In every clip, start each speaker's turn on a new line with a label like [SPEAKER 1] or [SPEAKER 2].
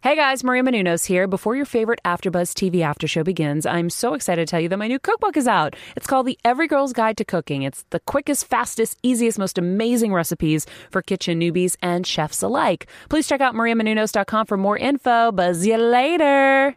[SPEAKER 1] Hey guys, Maria Menounos here. Before your favorite AfterBuzz TV after show begins, I'm so excited to tell you that my new cookbook is out. It's called The Every Girl's Guide to Cooking. It's the quickest, fastest, easiest, most amazing recipes for kitchen newbies and chefs alike. Please check out mariamenounos.com for more info. Buzz you later.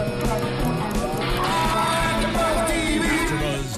[SPEAKER 2] AfterBuzz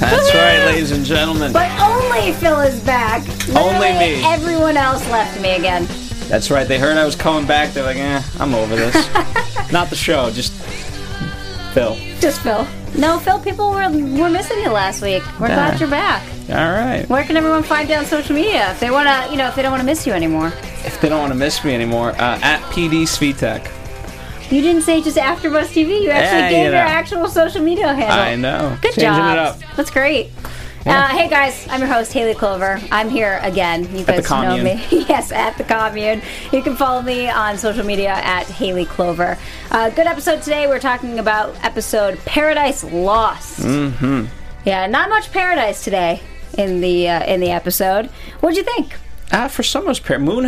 [SPEAKER 3] That's right, ladies and gentlemen.
[SPEAKER 4] but only Phil is back.
[SPEAKER 3] Only
[SPEAKER 4] Literally
[SPEAKER 3] me.
[SPEAKER 4] Everyone else left me again.
[SPEAKER 3] That's right. They heard I was coming back. They're like, eh, I'm over this. Not the show, just Phil.
[SPEAKER 4] Just Phil. No, Phil. People were were missing you last week. We're
[SPEAKER 3] Yeah.
[SPEAKER 4] glad you're back.
[SPEAKER 3] All right.
[SPEAKER 4] Where can everyone find you on social media if they wanna, you know, if they don't wanna miss you anymore?
[SPEAKER 3] If they don't want to miss me anymore, uh, at PD Svitek.
[SPEAKER 4] You didn't say just AfterBuzz TV. You actually
[SPEAKER 3] Yeah, you
[SPEAKER 4] gave
[SPEAKER 3] know.
[SPEAKER 4] your actual social media handle.
[SPEAKER 3] I know.
[SPEAKER 4] Oh, Good
[SPEAKER 3] Changing
[SPEAKER 4] job.
[SPEAKER 3] it up.
[SPEAKER 4] That's great. Uh, hey guys, I'm your host Haley Clover. I'm here again. You
[SPEAKER 3] At the
[SPEAKER 4] guys know
[SPEAKER 3] commune.
[SPEAKER 4] me. yes, at the commune. You can follow me on social media at Haley Clover. Uh, good episode today. We're talking about episode Paradise Lost. Mm-hmm. Yeah, not much paradise today in the uh, in the episode. What'd you think?
[SPEAKER 3] Ah, for some, it was par- Moon.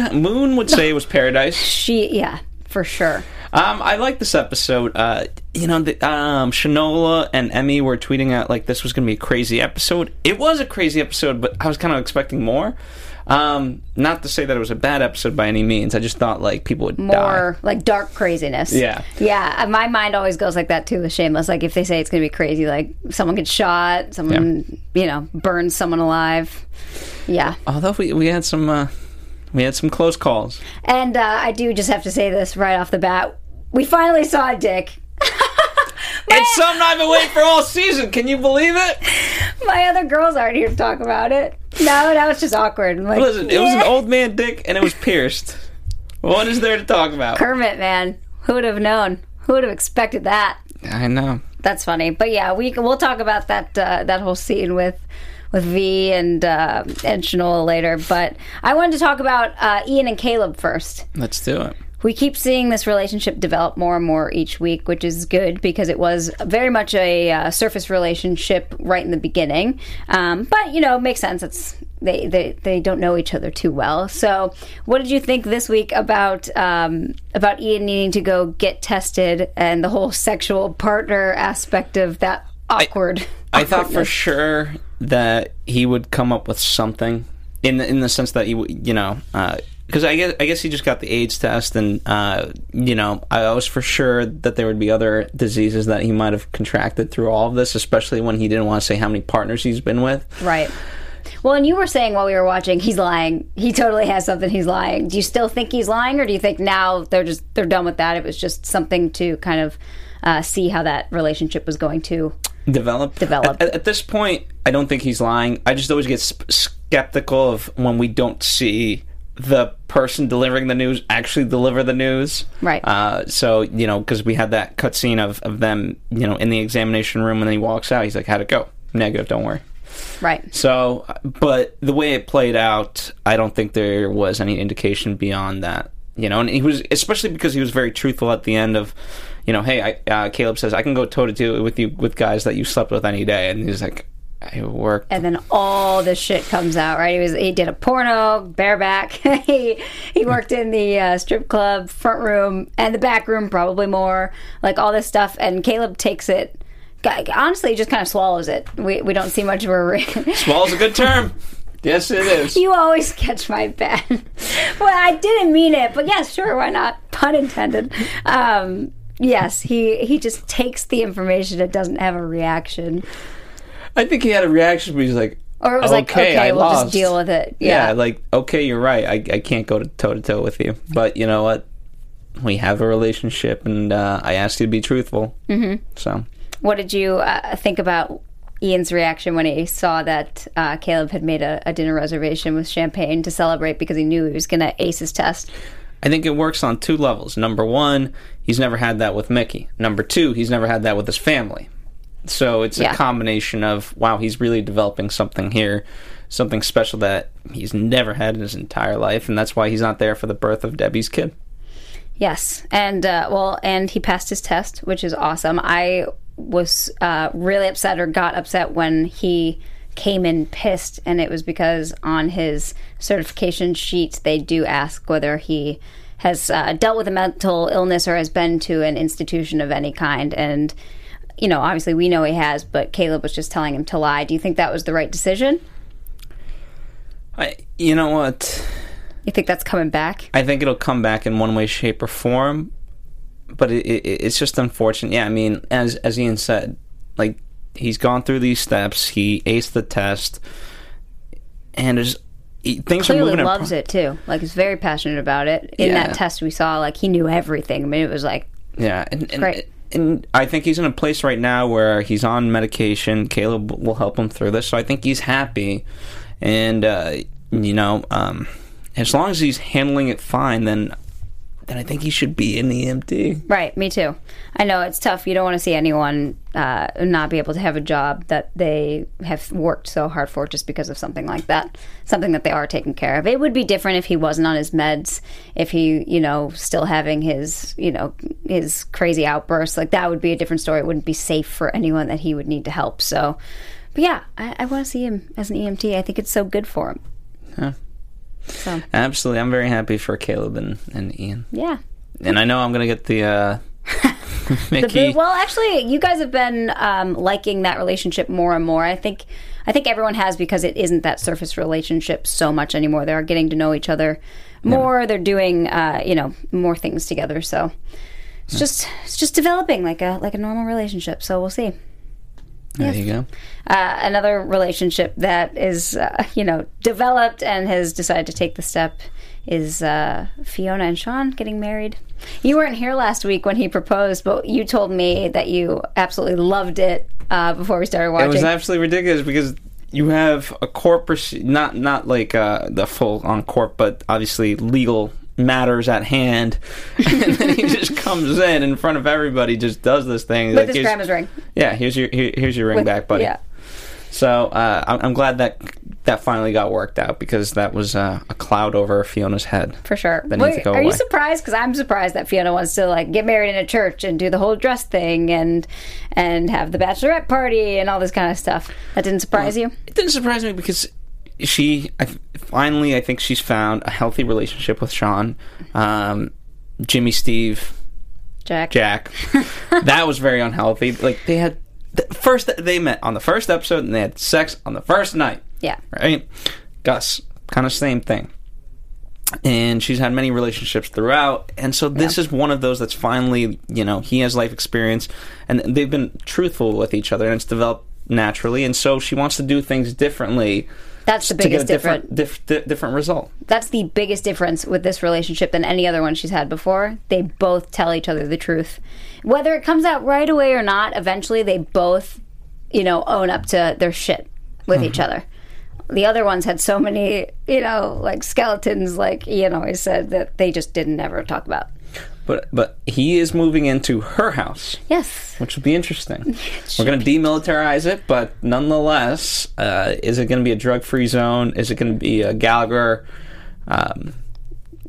[SPEAKER 3] Moon would say it was paradise.
[SPEAKER 4] She, yeah, for sure.
[SPEAKER 3] Um, I like this episode. Uh, you know, the, um, Shanola and Emmy were tweeting out like this was going to be a crazy episode. It was a crazy episode, but I was kind of expecting more. Um, not to say that it was a bad episode by any means. I just thought like people would die.
[SPEAKER 4] more like dark craziness.
[SPEAKER 3] Yeah.
[SPEAKER 4] yeah. uh, My mind always goes like that too with Shameless. Like if they say it's going to be crazy, like someone gets shot, someone you know burns someone alive. Yeah,
[SPEAKER 3] Although we, we had some uh, we had some close calls.
[SPEAKER 4] and uh, I do just have to say this right off the bat: we finally saw a dick.
[SPEAKER 3] It's something I've been waiting for all season. Can you believe it?
[SPEAKER 4] My other girls aren't here to talk about it. No, now it's just awkward. I'm like,
[SPEAKER 3] Listen, it was an
[SPEAKER 4] yeah.
[SPEAKER 3] old man dick and it was pierced. What is there to talk about?
[SPEAKER 4] Kermit man. Who would have known? Who would have expected that?
[SPEAKER 3] I know.
[SPEAKER 4] That's funny, but yeah, we we'll talk about that uh, that whole scene with with V and uh, and Shanola later. But I wanted to talk about uh, Ian and Caleb first.
[SPEAKER 3] Let's do it.
[SPEAKER 4] We keep seeing this relationship develop more and more each week, which is good because it was very much a uh, surface relationship right in the beginning. Um, but you know, it makes sense. It's they, they they don't know each other too well. So, what did you think this week about um, about Ian needing to go get tested and the whole sexual partner aspect of that awkward?
[SPEAKER 3] I thought for
[SPEAKER 4] awkwardness?
[SPEAKER 3] sure that he would come up with something in the, in the sense that he would, you know because I guess I guess he just got the AIDS test and uh, you know I was for sure that there would be other diseases that he might have contracted through all of this, especially when he didn't want to say how many partners he's been with.
[SPEAKER 4] right. Well, and you were saying while we were watching, he's lying. He totally has something. He's lying. Do you still think he's lying, or do you think now they're just they're done with that? It was just something to kind of uh, see how that relationship was going to.
[SPEAKER 3] develop
[SPEAKER 4] Develop.
[SPEAKER 3] At, at- at this point i don't think he's lying i just always get sp- skeptical of when we don't see the person delivering the news actually deliver the news
[SPEAKER 4] Right.
[SPEAKER 3] uh, so you know because we had that cutscene of, of them you know in the examination room and then he walks out he's like how'd it go negative don't worry
[SPEAKER 4] Right.
[SPEAKER 3] so but the way it played out i don't think there was any indication beyond that you know and he was especially because he was very truthful at the end of you know hey I, uh, caleb says i can go toe to toe with you with guys that you slept with any day and he's like i worked
[SPEAKER 4] And then all this shit comes out. Right. He was he did a porno bareback. he he worked in the uh, strip club front room and the back room probably more like all this stuff. And Caleb takes it. Honestly, he just kind of swallows it. We we don't see much of a. re-
[SPEAKER 3] small's a good term yes it is
[SPEAKER 4] You always catch my bad. well, I didn't mean it, but yes, sure, why not? Pun intended. Um, yes, he he just takes the information and doesn't have a reaction,
[SPEAKER 3] i think he had a reaction but he's like
[SPEAKER 4] or it was like, okay,
[SPEAKER 3] I
[SPEAKER 4] we'll
[SPEAKER 3] lost.
[SPEAKER 4] just deal with it.
[SPEAKER 3] yeah.
[SPEAKER 4] Yeah,
[SPEAKER 3] like okay you're right i, I can't go toe to toe with you but you know what we have a relationship and uh, i asked you to be truthful mm-hmm. so
[SPEAKER 4] What did you uh, think about Ian's reaction when he saw that uh, Caleb had made a, a dinner reservation with champagne to celebrate because he knew he was going to ace his test?
[SPEAKER 3] I think it works on two levels. Number one, he's never had that with Mickey. Number two, he's never had that with his family. So it's
[SPEAKER 4] Yeah.
[SPEAKER 3] a combination of wow, he's really developing something here, something special that he's never had in his entire life, and that's why he's not there for the birth of Debbie's kid.
[SPEAKER 4] Yes, and uh, well, and he passed his test, which is awesome. I was uh, really upset or got upset when he came in pissed, and it was because on his certification sheet they do ask whether he has uh, dealt with a mental illness or has been to an institution of any kind, and. You know, obviously we know he has, but Caleb was just telling him to lie. Do you think that was the right decision?
[SPEAKER 3] I, you know what?
[SPEAKER 4] You think that's coming back?
[SPEAKER 3] I think it'll come back in one way, shape, or form, but it, it, it's just unfortunate. Yeah, I mean, as as Ian said, like he's gone through these steps, he aced the test, and there's he- things are
[SPEAKER 4] clearly
[SPEAKER 3] moving. in
[SPEAKER 4] loves
[SPEAKER 3] pro-
[SPEAKER 4] it too. Like he's very passionate about it. In
[SPEAKER 3] Yeah.
[SPEAKER 4] that test we saw, like he knew everything. I mean, it was like
[SPEAKER 3] Yeah, and, and,
[SPEAKER 4] Great.
[SPEAKER 3] and I think he's in a place right now where he's on medication. Caleb will help him through this, so I think he's happy, and uh, you know, um, as long as he's handling it fine, then then I think he should be in the E EMT.
[SPEAKER 4] right. Me too. I know it's tough. You don't want to see anyone uh, not be able to have a job that they have worked so hard for just because of something like that. Something that they are taking care of. It would be different if he wasn't on his meds. If he, you know, still having his, you know, his crazy outbursts. Like that would be a different story. It wouldn't be safe for anyone that he would need to help. So. But yeah, I, I want to see him as an EMT. I think it's so good for him. So
[SPEAKER 3] Absolutely, I'm very happy for Caleb and, and Ian,
[SPEAKER 4] yeah,
[SPEAKER 3] and I know I'm gonna get the uh,
[SPEAKER 4] The
[SPEAKER 3] Mickey.
[SPEAKER 4] boo- well, actually, you guys have been um, liking that relationship more and more. I think, I think everyone has because it isn't that surface relationship so much anymore. They are getting to know each other more. They're doing, uh, you know, more things together. So it's just, it's just developing like a like a normal relationship. So we'll see.
[SPEAKER 3] there you go.
[SPEAKER 4] Uh, another relationship that is, uh, you know, developed and has decided to take the step is uh, Fiona and Sean getting married. You weren't here last week when he proposed, but you told me that you absolutely loved it uh, before we started
[SPEAKER 3] It was
[SPEAKER 4] watching.
[SPEAKER 3] absolutely ridiculous because you have a court proce- not not like uh, the full on court, but obviously legal matters at hand, and then he just comes in in front of everybody, just does this thing. With
[SPEAKER 4] his grandma's ring.
[SPEAKER 3] Yeah, here's your here, here's your ring back, buddy.
[SPEAKER 4] yeah.
[SPEAKER 3] So uh, I'm, I'm glad that that finally got worked out because that was uh, a cloud over Fiona's head.
[SPEAKER 4] For sure.
[SPEAKER 3] That needs to
[SPEAKER 4] Wait,
[SPEAKER 3] go
[SPEAKER 4] are you
[SPEAKER 3] away.
[SPEAKER 4] surprised? Because I'm surprised that Fiona wants to like get married in a church and do the whole dress thing and and have the bachelorette party and all this kind of stuff. That didn't surprise you.
[SPEAKER 3] It didn't surprise me because she I, finally, I think she's found a healthy relationship with Sean, um, Jimmy, Steve,
[SPEAKER 4] Jack.
[SPEAKER 3] Jack. that was very unhealthy. Like they had th- first they met on the first episode and they had sex on the first night.
[SPEAKER 4] Yeah.
[SPEAKER 3] Right? Gus, kind of same thing. And she's had many relationships throughout, and so this is one of those that's finally, you know, he has life experience, and they've been truthful with each other, and it's developed naturally, and so she wants to do things differently
[SPEAKER 4] That's the
[SPEAKER 3] to get a
[SPEAKER 4] biggest difference.
[SPEAKER 3] different diff- di- different result.
[SPEAKER 4] that's the biggest difference with this relationship than any other one she's had before. They both tell each other the truth. Whether it comes out right away or not, eventually they both, you know, own up to their shit with each other. The other ones had so many, you know, like skeletons, like Ian always said, that they just didn't ever talk about.
[SPEAKER 3] But but he is moving into her house.
[SPEAKER 4] Yes.
[SPEAKER 3] which would be interesting. We're going to demilitarize it, but nonetheless, uh, is it going to be a drug-free zone? Is it going to be a Gallagher? Um,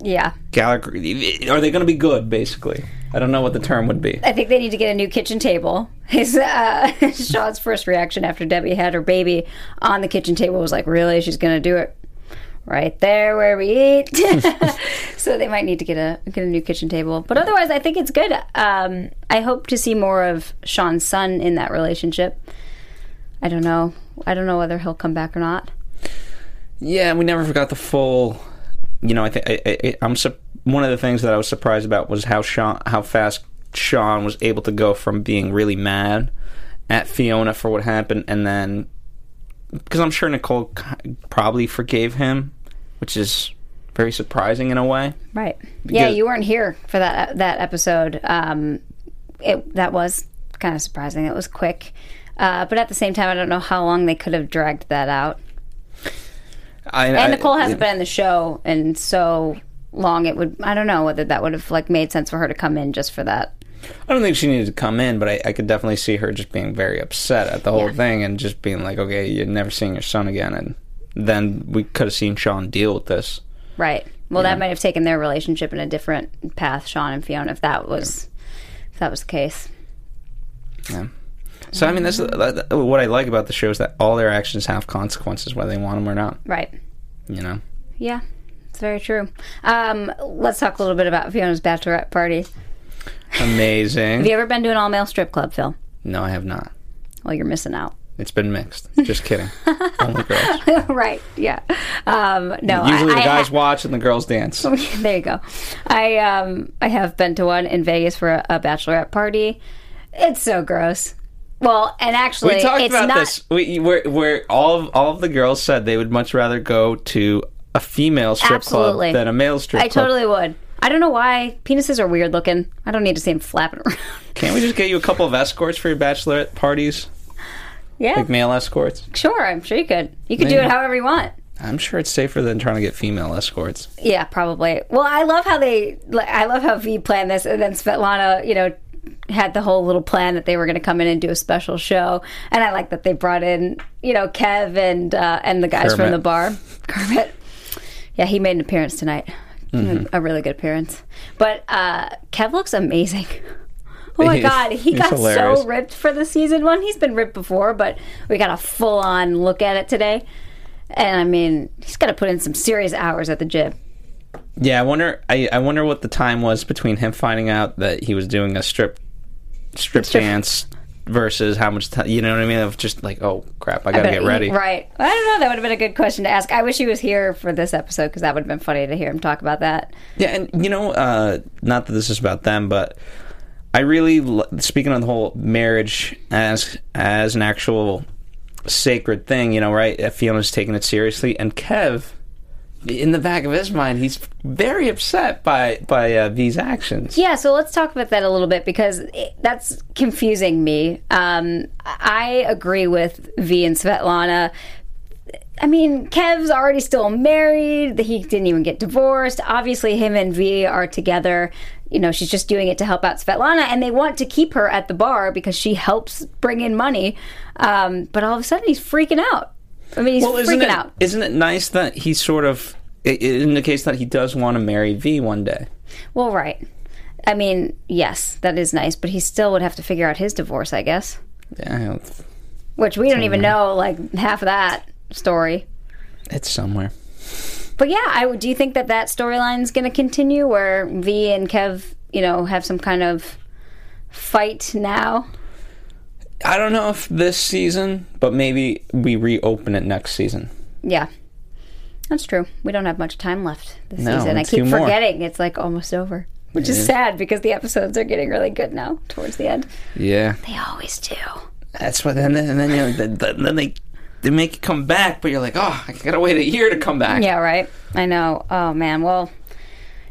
[SPEAKER 4] Yeah.
[SPEAKER 3] Gallagher? Are they going to be good? Basically, I don't know what the term would be.
[SPEAKER 4] I think they need to get a new kitchen table. His uh, Sean's first reaction after Debbie had her baby on the kitchen table was like, "Really? She's gonna do it right there where we eat." so they might need to get a get a new kitchen table. But otherwise, I think it's good. Um, I hope to see more of Sean's son in that relationship. I don't know. I don't know whether he'll come back or not.
[SPEAKER 3] Yeah, we never forgot the full. You know, I think I, I, I- I'm sup- one of the things that I was surprised about was how Sean, how fast Sean was able to go from being really mad at Fiona for what happened, and then because I'm sure Nicole ki- probably forgave him, which is very surprising in a way.
[SPEAKER 4] Right. Yeah,
[SPEAKER 3] Because-
[SPEAKER 4] you weren't here for that that episode. Um, it that was kind of surprising. It was quick, uh, but at the same time, I don't know how long they could have dragged that out.
[SPEAKER 3] I,
[SPEAKER 4] And Nicole hasn't been in the show in so long. It would I don't know whether that would have like made sense for her to come in just for that.
[SPEAKER 3] I don't think she needed to come in, but I, I could definitely see her just being very upset at the whole thing and just being like, okay, you're never seeing your son again. And then we could have seen Sean deal with this.
[SPEAKER 4] Right. Well, that might have taken their relationship in a different path, Sean and Fiona, if that was if that was the case.
[SPEAKER 3] Yeah. So, I mean, that's
[SPEAKER 4] Mm-hmm.
[SPEAKER 3] that- that- what I like about the show is that all their actions have consequences, whether they want them or not.
[SPEAKER 4] Right.
[SPEAKER 3] You know?
[SPEAKER 4] Yeah, it's very true. Um, let's talk a little bit about Fiona's bachelorette party. Have
[SPEAKER 3] Amazing.
[SPEAKER 4] you ever been to an all male strip club, Phil?
[SPEAKER 3] No, I have not.
[SPEAKER 4] Well, you're missing out.
[SPEAKER 3] It's been mixed. Just kidding. Only girls.
[SPEAKER 4] right. Yeah. Um, no.
[SPEAKER 3] Usually
[SPEAKER 4] I,
[SPEAKER 3] the
[SPEAKER 4] I
[SPEAKER 3] guys watch and the girls dance.
[SPEAKER 4] ha- there you go. I um, I have been to one in Vegas for a, a bachelorette party. It's so gross. Well, and actually,
[SPEAKER 3] We talked
[SPEAKER 4] it's
[SPEAKER 3] about
[SPEAKER 4] not.
[SPEAKER 3] this. We where where all of, all of the girls said they would much rather go to a female strip
[SPEAKER 4] Absolutely.
[SPEAKER 3] club than a male strip
[SPEAKER 4] I
[SPEAKER 3] club.
[SPEAKER 4] totally would. I don't know why penises are weird looking. I don't need to see them flapping around.
[SPEAKER 3] Can't we just get you a couple of escorts for your bachelorette parties?
[SPEAKER 4] yeah,
[SPEAKER 3] Like male escorts?
[SPEAKER 4] sure. I'm sure you could. You could do
[SPEAKER 3] Maybe.
[SPEAKER 4] it however you want.
[SPEAKER 3] I'm sure it's safer than trying to get female escorts.
[SPEAKER 4] Yeah, probably. Well, I love how they. like, I love how V planned this, and then Svetlana, you know, had the whole little plan that they were going to come in and do a special show. And I like that they brought in, you know, Kev and uh, and the guys from
[SPEAKER 3] Kermit.
[SPEAKER 4] the bar, Kermit. Yeah, he made an appearance tonight.
[SPEAKER 3] Mm-hmm.
[SPEAKER 4] A really good appearance. But uh, Kev looks amazing. Oh my
[SPEAKER 3] He-
[SPEAKER 4] god, he
[SPEAKER 3] he's
[SPEAKER 4] got
[SPEAKER 3] hilarious.
[SPEAKER 4] so ripped for the season one. He's been ripped before, but we got a full on look at it today. And I mean, he's got to put in some serious hours at the gym.
[SPEAKER 3] Yeah, I wonder. I, I wonder what the time was between him finding out that he was doing a strip strip
[SPEAKER 4] Strip-
[SPEAKER 3] dance versus how much time. You know what I mean? Of just like, oh crap, I gotta
[SPEAKER 4] But
[SPEAKER 3] get
[SPEAKER 4] he-
[SPEAKER 3] ready.
[SPEAKER 4] right. I don't know. That would have been a good question to ask. I wish he was here for this episode because that would have been funny to hear him talk about that.
[SPEAKER 3] Yeah, and you know, uh, not that this is about them, but I really l- speaking on the whole marriage as as an actual sacred thing. You know, right? uh, Fiona's taking it seriously, and Kev, in the back of his mind, he's very upset by by uh, these actions.
[SPEAKER 4] Yeah, so let's talk about that a little bit because it, that's confusing me. Um, I agree with V and Svetlana. I mean, Kev's already still married. He didn't even get divorced. Obviously, him and V are together. You know, she's just doing it to help out Svetlana, and they want to keep her at the bar because she helps bring in money. Um, but all of a sudden, he's freaking out. I mean, he's
[SPEAKER 3] isn't
[SPEAKER 4] freaking
[SPEAKER 3] it,
[SPEAKER 4] out.
[SPEAKER 3] Isn't it nice that he sort of it, it indicates that he does want to marry V one day?
[SPEAKER 4] Well, right. I mean, yes, that is nice, but he still would have to figure out his divorce, I guess.
[SPEAKER 3] Yeah, I don't-
[SPEAKER 4] which we don't
[SPEAKER 3] Oh,
[SPEAKER 4] even know like half of that story.
[SPEAKER 3] it's somewhere.
[SPEAKER 4] But yeah, I would- do you think that that storyline's going to continue where V and Kev, you know, have some kind of fight now?
[SPEAKER 3] I don't know if this season, but maybe we reopen it next season.
[SPEAKER 4] Yeah. That's true. We don't have much time left this
[SPEAKER 3] No,
[SPEAKER 4] season. I
[SPEAKER 3] and two
[SPEAKER 4] keep
[SPEAKER 3] more.
[SPEAKER 4] forgetting it's like almost over, which is sad because the episodes are getting really good now towards the end.
[SPEAKER 3] Yeah,
[SPEAKER 4] They always do.
[SPEAKER 3] that's what. And then, and then, you know, th- th- then they they make you come back, but you're like, oh, I gotta wait a year to come back.
[SPEAKER 4] Yeah, right. I know. Oh man. Well,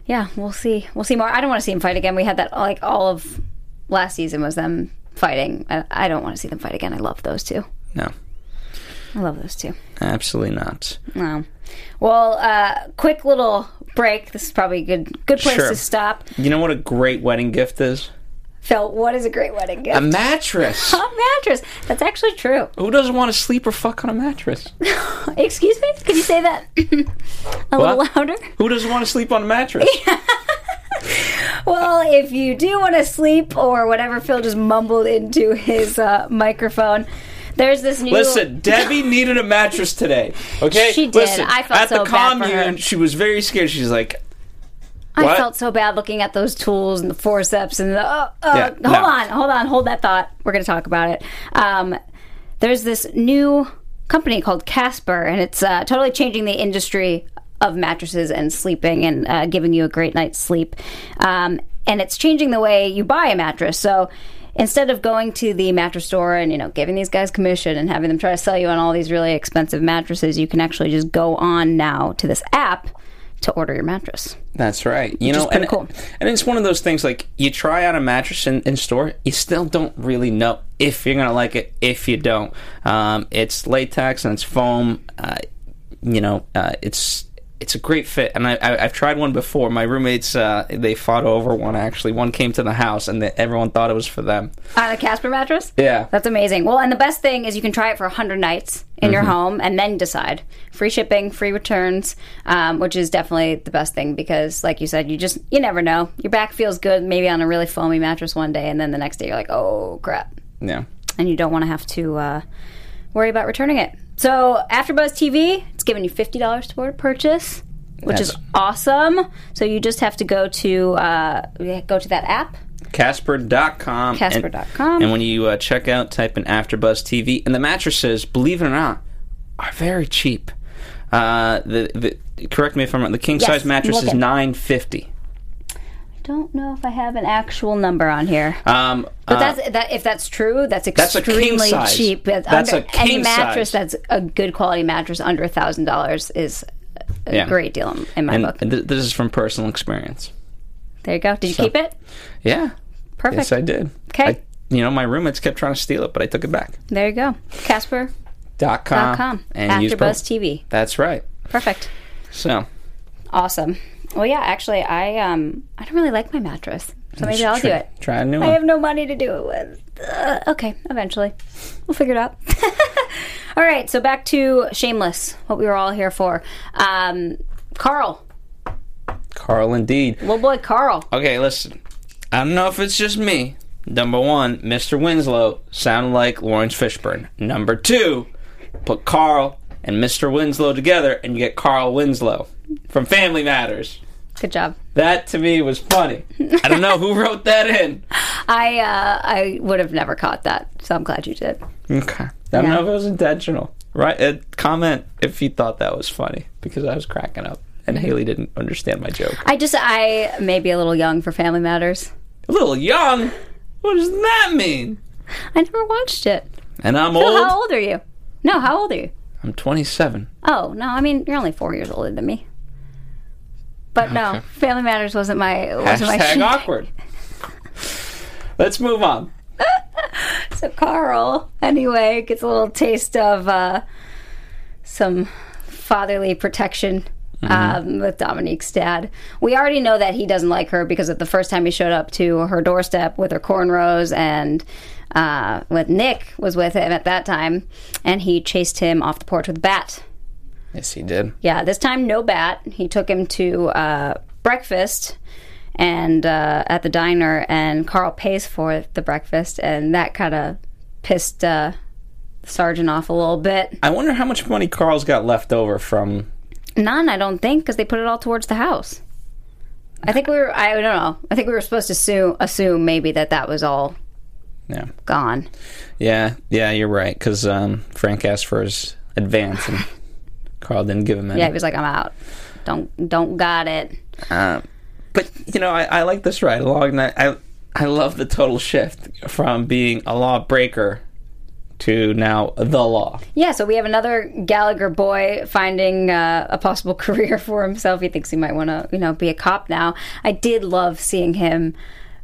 [SPEAKER 4] yeah, we'll see. We'll see more. I don't want to see him fight again. We had that like all of last season was them fighting. I, I don't want to see them fight again. I love those two.
[SPEAKER 3] No,
[SPEAKER 4] I love those two.
[SPEAKER 3] absolutely not.
[SPEAKER 4] Wow. Well, uh, quick little break. This is probably a good good place
[SPEAKER 3] Sure.
[SPEAKER 4] to stop.
[SPEAKER 3] You know what a great wedding gift is?
[SPEAKER 4] Phil, what is a great wedding gift?
[SPEAKER 3] A mattress.
[SPEAKER 4] a mattress. That's actually true.
[SPEAKER 3] Who doesn't want to sleep or fuck on a mattress?
[SPEAKER 4] Excuse me? Could you say that a little
[SPEAKER 3] Oh. What?
[SPEAKER 4] louder?
[SPEAKER 3] Who doesn't want to sleep on a mattress?
[SPEAKER 4] Well, if you do want to sleep or whatever Phil just mumbled into his uh, microphone, there's this new.
[SPEAKER 3] Listen, Debbie needed a mattress today. Okay,
[SPEAKER 4] She did.
[SPEAKER 3] Listen,
[SPEAKER 4] I felt
[SPEAKER 3] at
[SPEAKER 4] so
[SPEAKER 3] the
[SPEAKER 4] bad for
[SPEAKER 3] commune.
[SPEAKER 4] her.
[SPEAKER 3] She was very scared. She's like,
[SPEAKER 4] I
[SPEAKER 3] what?
[SPEAKER 4] felt so bad looking at those tools and the forceps and the. Uh, uh,
[SPEAKER 3] Yeah,
[SPEAKER 4] hold
[SPEAKER 3] no.
[SPEAKER 4] on, hold on, hold that thought. We're going to talk about it. Um, there's this new company called Casper, and it's uh, totally changing the industry of mattresses and sleeping and uh, giving you a great night's sleep. Um, and it's changing the way you buy a mattress. So instead of going to the mattress store and you know giving these guys commission and having them try to sell you on all these really expensive mattresses, you can actually just go on now to this app to order your mattress.
[SPEAKER 3] That's right. You
[SPEAKER 4] Which is
[SPEAKER 3] know, and,
[SPEAKER 4] pretty cool.
[SPEAKER 3] and it's one of those things like you try out a mattress in, in store, you still don't really know if you're gonna like it. If you don't, um, it's latex and it's foam. Uh, you know, uh, it's it's a great fit. And I, I, I've tried one before. My roommates uh, they fought over one actually. One came to the house and they, everyone thought it was for them.
[SPEAKER 4] On a Casper mattress?
[SPEAKER 3] Yeah.
[SPEAKER 4] That's amazing. Well, and the best thing is you can try it for 100 nights in
[SPEAKER 3] Mm-hmm.
[SPEAKER 4] your home and then decide. Free shipping, free returns, um, which is definitely the best thing because, like you said, you just, you never know. Your back feels good maybe on a really foamy mattress one day, and then the next day you're like, oh, crap.
[SPEAKER 3] Yeah.
[SPEAKER 4] And you don't want to have to uh, worry about returning it. So, AfterBuzz TV, it's giving you $50 toward purchase. Which is
[SPEAKER 3] That's-
[SPEAKER 4] awesome. So you just have to go to uh, go to that app,
[SPEAKER 3] Casper.com.
[SPEAKER 4] Casper.com.
[SPEAKER 3] And, and when you uh, check out, type in AfterBuzz TV. And the mattresses, believe it or not, are very cheap. Uh, the, the correct me if I'm wrong. The king size mattress
[SPEAKER 4] look
[SPEAKER 3] is
[SPEAKER 4] it.
[SPEAKER 3] nine fifty.
[SPEAKER 4] don't know if I have an actual number on here.
[SPEAKER 3] Um,
[SPEAKER 4] but
[SPEAKER 3] uh,
[SPEAKER 4] that's that. If that's true, that's
[SPEAKER 3] a king
[SPEAKER 4] extremely
[SPEAKER 3] size.
[SPEAKER 4] cheap. That's,
[SPEAKER 3] That's
[SPEAKER 4] under,
[SPEAKER 3] a king
[SPEAKER 4] any mattress
[SPEAKER 3] size.
[SPEAKER 4] that's a good quality mattress under a thousand dollars is a
[SPEAKER 3] uh, Yeah.
[SPEAKER 4] great deal in- in my
[SPEAKER 3] and
[SPEAKER 4] book.
[SPEAKER 3] th- this is from personal experience.
[SPEAKER 4] there you go. Did you keep it?
[SPEAKER 3] Yeah.
[SPEAKER 4] Perfect.
[SPEAKER 3] Yes, I did.
[SPEAKER 4] 'Kay.
[SPEAKER 3] I- You know, my roommates kept trying to steal it, but I took it back.
[SPEAKER 4] There you go. Casper.com.
[SPEAKER 3] Dot com. Uh, And use
[SPEAKER 4] After Buzz
[SPEAKER 3] promo-
[SPEAKER 4] TV.
[SPEAKER 3] That's right.
[SPEAKER 4] Perfect.
[SPEAKER 3] So
[SPEAKER 4] Awesome. Well, yeah. Actually, I um I don't really like my mattress, so maybe I'll
[SPEAKER 3] try,
[SPEAKER 4] do it.
[SPEAKER 3] Try a new
[SPEAKER 4] I
[SPEAKER 3] one.
[SPEAKER 4] have no money to do it with. Ugh, okay, eventually. We'll figure it out. all right, so back to Shameless, what we were all here for. Um, Carl,
[SPEAKER 3] Carl, indeed.
[SPEAKER 4] little boy Carl.
[SPEAKER 3] Okay, listen. I don't know if it's just me. Number one, Mr. Winslow sounded like Lawrence Fishburne. Number two, put Carl and Mr. Winslow together and you get Carl Winslow from Family Matters.
[SPEAKER 4] Good job.
[SPEAKER 3] That to me was funny. I don't know who wrote that in.
[SPEAKER 4] I uh, I would have never caught that, so I'm glad you did.
[SPEAKER 3] Okay. I don't know
[SPEAKER 4] Yeah.
[SPEAKER 3] if it was intentional. Right? Uh, comment if you thought that was funny because I was cracking up and Haley didn't understand my joke.
[SPEAKER 4] I just I may be a little young for Family Matters.
[SPEAKER 3] A little young? What does that mean?
[SPEAKER 4] I never watched it.
[SPEAKER 3] And I'm
[SPEAKER 4] So How
[SPEAKER 3] old.
[SPEAKER 4] old are you? No, how old are you?
[SPEAKER 3] I'm 27.
[SPEAKER 4] Oh no, I mean you're only four years older than me. But no, Family Matters wasn't my wasn't my
[SPEAKER 3] Hashtag
[SPEAKER 4] shit.
[SPEAKER 3] awkward. Let's move on.
[SPEAKER 4] So Carl, anyway, gets a little taste of uh, some fatherly protection um, with Dominique's dad. We already know that he doesn't like her because of the first time he showed up to her doorstep with her cornrows and uh, with Nick was with him at that time, and he chased him off the porch with a bat.
[SPEAKER 3] Yes, he did.
[SPEAKER 4] Yeah, this time no bat. He took him to uh, breakfast and uh, at the diner, and Carl pays for the breakfast, and that kind of pissed uh, Sergeant off a little bit.
[SPEAKER 3] I wonder how much money Carl's got left over from.
[SPEAKER 4] None, I don't think, because they put it all towards the house. I think we were. I don't know. I think we were supposed to assume, assume maybe that that was all
[SPEAKER 3] Yeah,
[SPEAKER 4] gone.
[SPEAKER 3] yeah, yeah. You're right. Because um, Frank asked for his advance, and Carl didn't give him any.
[SPEAKER 4] Yeah, he was like, "I'm out. Don't don't got it."
[SPEAKER 3] Uh, but you know, I, I like this ride along. And I, I I love the total shift from being a lawbreaker to now the law.
[SPEAKER 4] Yeah, so we have another Gallagher boy finding uh, a possible career for himself. He thinks he might want to, you know, be a cop now. I did love seeing him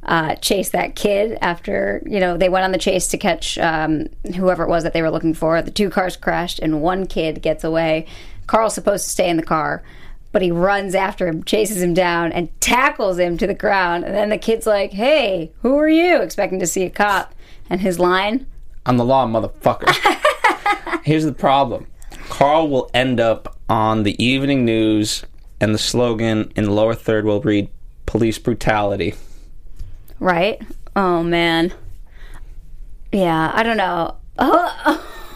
[SPEAKER 4] uh, chase that kid after, you know, they went on the chase to catch um, whoever it was that they were looking for. The two cars crashed and one kid gets away. Carl's supposed to stay in the car, but he runs after him, chases him down, and tackles him to the ground. And then the kid's like, hey, who are you? Expecting to see a cop. And his line,
[SPEAKER 3] I'm the law, motherfucker. Here's the problem Carl will end up on the evening news, and the slogan in the lower third will read police brutality.
[SPEAKER 4] Right? Oh man. Yeah, I don't know.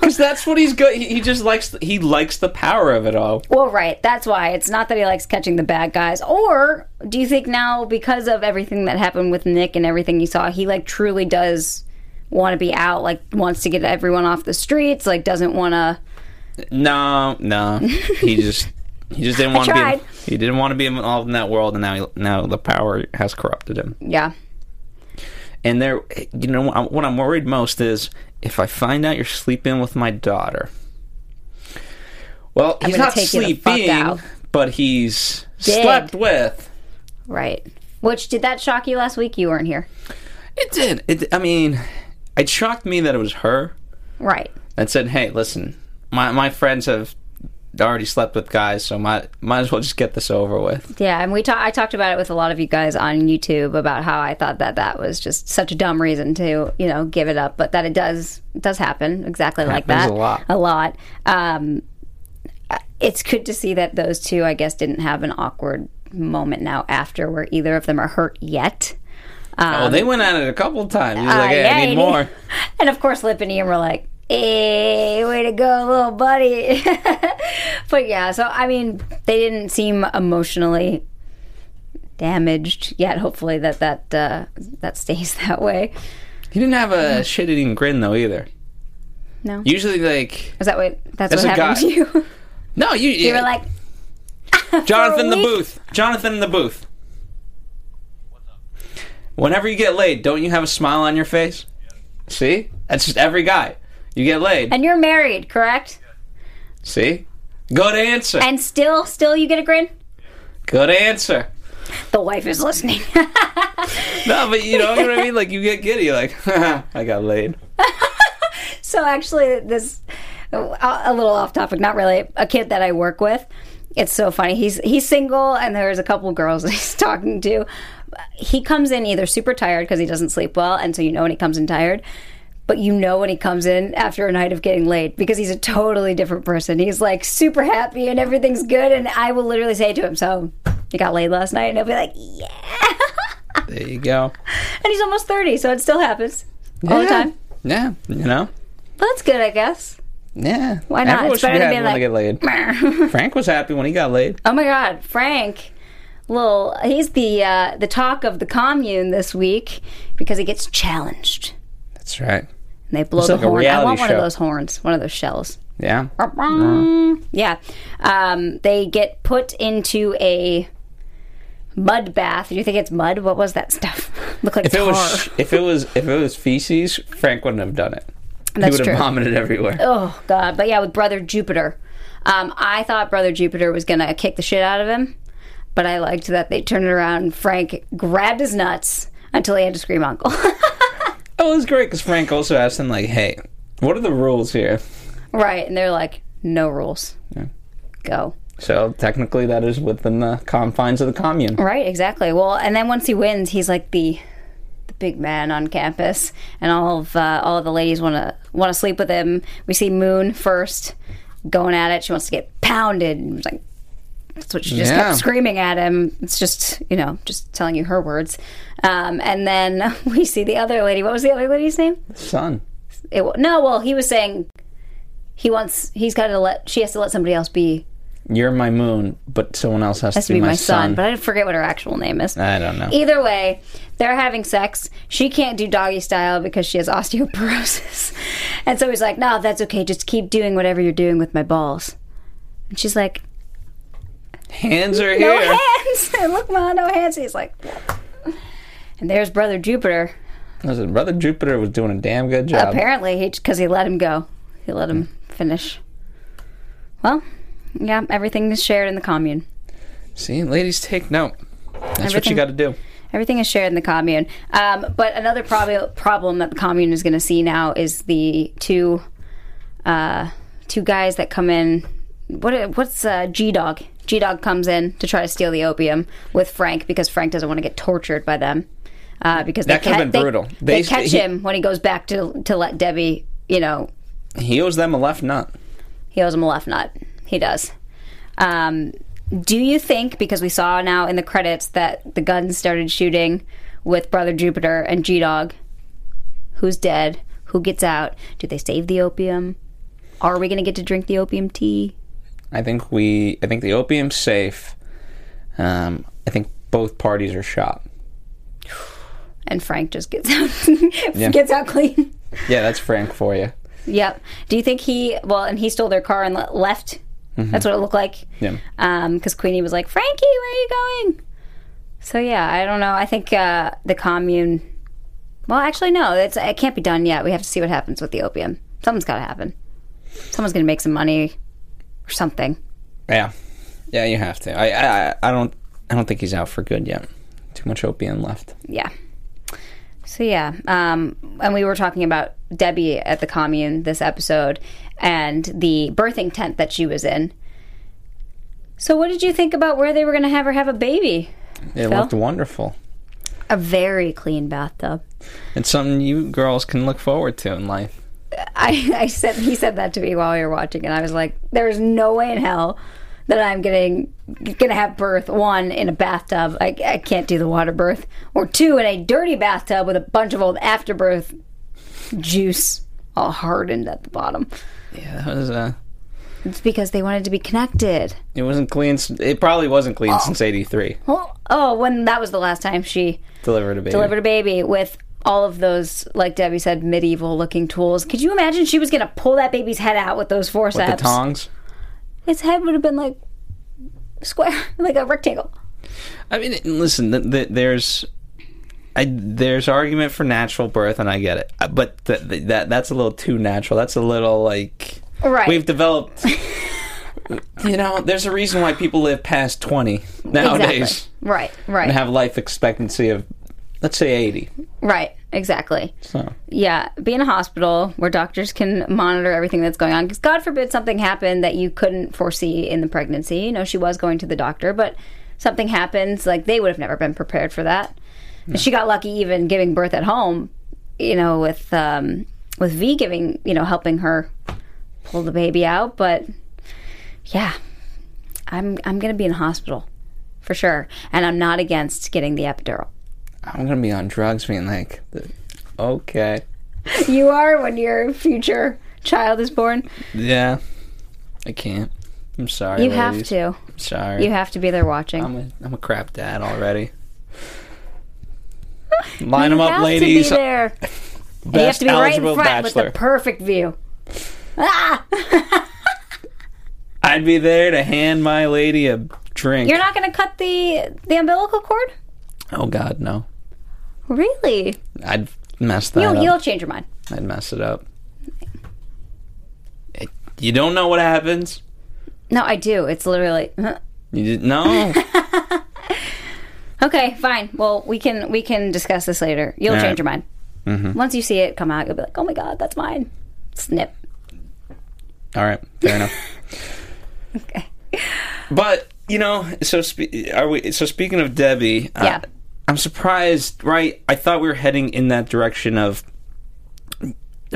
[SPEAKER 3] Because that's what he's good. He, he just likes he likes the power of it all.
[SPEAKER 4] Well, right. That's why it's not that he likes catching the bad guys. Or do you think now because of everything that happened with Nick and everything you saw, he like truly does want to be out, like wants to get everyone off the streets, like doesn't want to
[SPEAKER 3] No, no. He just he just didn't want to
[SPEAKER 4] tried.
[SPEAKER 3] be. He didn't want to be involved in that world, and now he, now the power has corrupted him.
[SPEAKER 4] yeah.
[SPEAKER 3] And there, you know, what I'm- what I'm worried most is if I find out you're sleeping with my daughter. Well, he's
[SPEAKER 4] gonna
[SPEAKER 3] not
[SPEAKER 4] take you the fuck
[SPEAKER 3] sleeping,
[SPEAKER 4] out.
[SPEAKER 3] but he's
[SPEAKER 4] Dead.
[SPEAKER 3] slept with.
[SPEAKER 4] Right. Which did that shock you last week? You weren't here.
[SPEAKER 3] It did. It, I mean, it shocked me that it was her
[SPEAKER 4] Right.
[SPEAKER 3] that said, "Hey, listen, my my friends have already slept with guys, so might might as well just get this over with."
[SPEAKER 4] Yeah, and we talk, I talked about it with a lot of you guys on YouTube about how I thought that that was just such a dumb reason to you know give it up, but that it does it does happen exactly like
[SPEAKER 3] Happens
[SPEAKER 4] that
[SPEAKER 3] a lot.
[SPEAKER 4] A lot. Um, it's good to see that those two, I guess, didn't have an awkward moment now after where either of them are hurt yet.
[SPEAKER 3] oh, they went at it a couple times. He was like,
[SPEAKER 4] uh,
[SPEAKER 3] "Hey,
[SPEAKER 4] yeah,
[SPEAKER 3] I
[SPEAKER 4] you
[SPEAKER 3] need
[SPEAKER 4] need-
[SPEAKER 3] more."
[SPEAKER 4] And of course, Lip and Ian were like, "Hey, way to go, little buddy." but yeah, so I mean, they didn't seem emotionally damaged yet. Hopefully, that that uh, that stays that way.
[SPEAKER 3] He didn't have a shit-eating grin though either.
[SPEAKER 4] No,
[SPEAKER 3] Usually, like,
[SPEAKER 4] is that what that's, what
[SPEAKER 3] That's a
[SPEAKER 4] happened
[SPEAKER 3] guy.
[SPEAKER 4] to you?
[SPEAKER 3] no, you
[SPEAKER 4] you were like,
[SPEAKER 3] Jonathan
[SPEAKER 4] for a
[SPEAKER 3] the
[SPEAKER 4] week.
[SPEAKER 3] Booth. Jonathan the Booth. Whenever you get laid, don't you have a smile on your face? See? That's just every guy. You get laid.
[SPEAKER 4] "And you're married, correct?"
[SPEAKER 3] See? Good answer.
[SPEAKER 4] And still, still, you get a grin.
[SPEAKER 3] Good answer.
[SPEAKER 4] The wife is listening.
[SPEAKER 3] No, but you know what I mean? Like, you get giddy. Like, I got laid.
[SPEAKER 4] So actually, this uh, a a little off topic, not really. A kid that I work with, it's so funny. He's he's single, and there's a couple girls that he's talking to. He comes in either super tired because he doesn't sleep well, and so you know when he comes in tired. But you know when he comes in after a night of getting laid because he's a totally different person. He's like super happy and everything's good. And I will literally say to him, "So you got laid last night?" And he'll be like, "Yeah."
[SPEAKER 3] There you go.
[SPEAKER 4] And he's almost thirty, so it still happens all the
[SPEAKER 3] Yeah.
[SPEAKER 4] time.
[SPEAKER 3] Yeah. You know?
[SPEAKER 4] But that's good, I guess.
[SPEAKER 3] Yeah.
[SPEAKER 4] Why not?
[SPEAKER 3] Everyone
[SPEAKER 4] It's
[SPEAKER 3] should
[SPEAKER 4] better
[SPEAKER 3] be
[SPEAKER 4] than
[SPEAKER 3] happy when
[SPEAKER 4] being
[SPEAKER 3] they get laid. Frank was happy when he got laid.
[SPEAKER 4] Oh my God, Frank! Little, he's the uh, the talk of the commune this week because he gets challenged.
[SPEAKER 3] That's right.
[SPEAKER 4] And they blow
[SPEAKER 3] It's
[SPEAKER 4] the
[SPEAKER 3] like a
[SPEAKER 4] horn. I
[SPEAKER 3] reality
[SPEAKER 4] want one
[SPEAKER 3] show.
[SPEAKER 4] of those horns, one of those shells.
[SPEAKER 3] Yeah.
[SPEAKER 4] Yeah, um, they get put into a mud bath. Do you think it's mud? What was that stuff? Look like
[SPEAKER 3] If it
[SPEAKER 4] tar.
[SPEAKER 3] was if it was if it was feces, Frank wouldn't have done it. he
[SPEAKER 4] That's
[SPEAKER 3] would have
[SPEAKER 4] true.
[SPEAKER 3] vomited everywhere.
[SPEAKER 4] oh god but yeah with brother jupiter um, i thought brother jupiter was gonna kick the shit out of him but i liked that they turned it around frank grabbed his nuts until he had to scream uncle
[SPEAKER 3] Oh, it was great because Frank also asked them, like, hey, what are the rules here?
[SPEAKER 4] right and they're like no rules go
[SPEAKER 3] So technically, that is within the confines of the commune.
[SPEAKER 4] right exactly well and then once he wins he's like the the big man on campus and all of uh, all of the ladies want to want to sleep with him we see moon first going at it she wants to get pounded and was like That's what she just
[SPEAKER 3] Yeah.
[SPEAKER 4] kept screaming at him. It's just, you know, just telling you her words. Um, and then we see the other lady. What was the other lady's name?
[SPEAKER 3] Son,
[SPEAKER 4] It, wa- no, well, he was saying he wants, he's got to let, she has to let somebody else be,
[SPEAKER 3] you're my moon, but someone else has,
[SPEAKER 4] has to be my son. But I forget what her actual name is.
[SPEAKER 3] I don't know.
[SPEAKER 4] Either way, they're having sex. She can't do doggy style because she has osteoporosis. And so he's like, no, that's okay. Just keep doing whatever you're doing with my balls. And she's like,
[SPEAKER 3] Hands are
[SPEAKER 4] no
[SPEAKER 3] here.
[SPEAKER 4] hands. Look, ma, no hands. He's like, and there's brother Jupiter.
[SPEAKER 3] Listen, Brother Jupiter was doing a damn good job.
[SPEAKER 4] Apparently, he because he let him go. He let him finish. Well, yeah, everything is shared in the commune.
[SPEAKER 3] See, ladies, take note. That's what you
[SPEAKER 4] Everything-
[SPEAKER 3] got to do.
[SPEAKER 4] Everything is shared in the commune. Um, but another prob- problem that the commune is going to see now is the two uh, two guys that come in. What what's uh, G Dog? G Dog comes in to try to steal the opium with Frank because Frank doesn't want to get tortured by them. Uh, because they
[SPEAKER 3] That could've
[SPEAKER 4] ca-
[SPEAKER 3] been
[SPEAKER 4] they-
[SPEAKER 3] brutal.
[SPEAKER 4] They,
[SPEAKER 3] They-
[SPEAKER 4] catch
[SPEAKER 3] he-
[SPEAKER 4] him when he goes back to to let Debbie. You know,
[SPEAKER 3] He owes them a left nut.
[SPEAKER 4] he owes him a left nut. He does. Um, do you think, because we saw now in the credits that the guns started shooting with Brother Jupiter and G Dog, who's dead? Who gets out? Do they save the opium? Are we going to get to drink the opium tea?
[SPEAKER 3] I think we. I think the opium's safe. Um, I think both parties are shot.
[SPEAKER 4] And Frank just gets out, gets out clean.
[SPEAKER 3] Yeah, that's Frank for you.
[SPEAKER 4] Yep. Do you think he? Well, and he stole their car and le- left. That's what it looked like.
[SPEAKER 3] Yeah.
[SPEAKER 4] Um, because Queenie was like, "Frankie, where are you going?" So yeah, I don't know. I think uh, the commune. Well, actually, no. It's it can't be done yet. We have to see what happens with the opium. Something's got to happen. Someone's going to make some money or something.
[SPEAKER 3] Yeah. Yeah, you have to. I, I I don't I don't think he's out for good yet. Too much opium left.
[SPEAKER 4] Yeah. So yeah, um, and we were talking about Debbie at the commune this episode and the birthing tent that she was in. So what did you think about where they were going to have her have a baby? Phil?
[SPEAKER 3] It looked wonderful.
[SPEAKER 4] A very clean bathtub.
[SPEAKER 3] It's something you girls can look forward to in life.
[SPEAKER 4] I, I said he said that to me while we were watching, and I was like, "There is no way in hell that I'm getting gonna have birth one in a bathtub. I, I can't do the water birth, or two in a dirty bathtub with a bunch of old afterbirth juice all hardened at the bottom.
[SPEAKER 3] Yeah, that was uh
[SPEAKER 4] It's because they wanted to be connected.
[SPEAKER 3] it wasn't clean. s- It probably wasn't
[SPEAKER 4] Oh.
[SPEAKER 3] clean since '83.
[SPEAKER 4] Well, oh, when that was the last time she
[SPEAKER 3] Delivered a baby.
[SPEAKER 4] delivered a baby with all of those, like Debbie said, medieval looking tools. Could you imagine she was gonna pull that baby's head out with those forceps?
[SPEAKER 3] the tongs.
[SPEAKER 4] His head would have been like square, like a rectangle.
[SPEAKER 3] I mean, listen. Th- th- there's, I, there's argument for natural birth, and I get it. Uh, But th- th- that that's a little too natural. That's a little like
[SPEAKER 4] Right.
[SPEAKER 3] we've developed. you know, there's a reason why people live past twenty nowadays
[SPEAKER 4] Right, right,
[SPEAKER 3] and have life expectancy of, let's say, eighty.
[SPEAKER 4] right. Exactly.
[SPEAKER 3] So
[SPEAKER 4] Yeah, be in a hospital where doctors can monitor everything that's going on. Because God forbid something happened that you couldn't foresee in the pregnancy. You know, she was going to the doctor, but something happens like they would have never been prepared for that. And she got lucky even giving birth at home. You know, with um, with V giving, you know, helping her pull the baby out. But yeah, I'm I'm gonna be in a hospital for sure, and I'm not against getting the epidural.
[SPEAKER 3] I'm gonna be on drugs, being like, th- okay,
[SPEAKER 4] You are when your future child is born.
[SPEAKER 3] yeah, I can't. I'm sorry.
[SPEAKER 4] You have
[SPEAKER 3] ladies. Um,
[SPEAKER 4] to.
[SPEAKER 3] I'm sorry.
[SPEAKER 4] You have to be there watching.
[SPEAKER 3] I'm a, I'm a crap dad already. Line them up,
[SPEAKER 4] have
[SPEAKER 3] ladies.
[SPEAKER 4] to be there. And you have
[SPEAKER 3] Best
[SPEAKER 4] to be right in
[SPEAKER 3] eligible
[SPEAKER 4] front
[SPEAKER 3] bachelor.
[SPEAKER 4] with the perfect view. Ah!
[SPEAKER 3] I'd be there to hand my lady a drink.
[SPEAKER 4] You're not going to cut the the umbilical cord?
[SPEAKER 3] oh God, no!
[SPEAKER 4] Really?
[SPEAKER 3] I'd mess that
[SPEAKER 4] You'll,
[SPEAKER 3] up.
[SPEAKER 4] you'll change your mind.
[SPEAKER 3] I'd mess it up. It- you don't know what happens.
[SPEAKER 4] No, I do. It's literally uh,
[SPEAKER 3] You didn't know.
[SPEAKER 4] Okay, fine. Well, we can we can discuss this later. You'll
[SPEAKER 3] All
[SPEAKER 4] change
[SPEAKER 3] right. Mm-hmm.
[SPEAKER 4] your mind. Once you see it come out, you'll be like, "Oh my god, that's mine." Snip.
[SPEAKER 3] All right, fair enough.
[SPEAKER 4] Okay.
[SPEAKER 3] But you know, so spe- are we? So speaking of Debbie, uh,
[SPEAKER 4] Yeah.
[SPEAKER 3] I'm surprised. Right, I thought we were heading in that direction of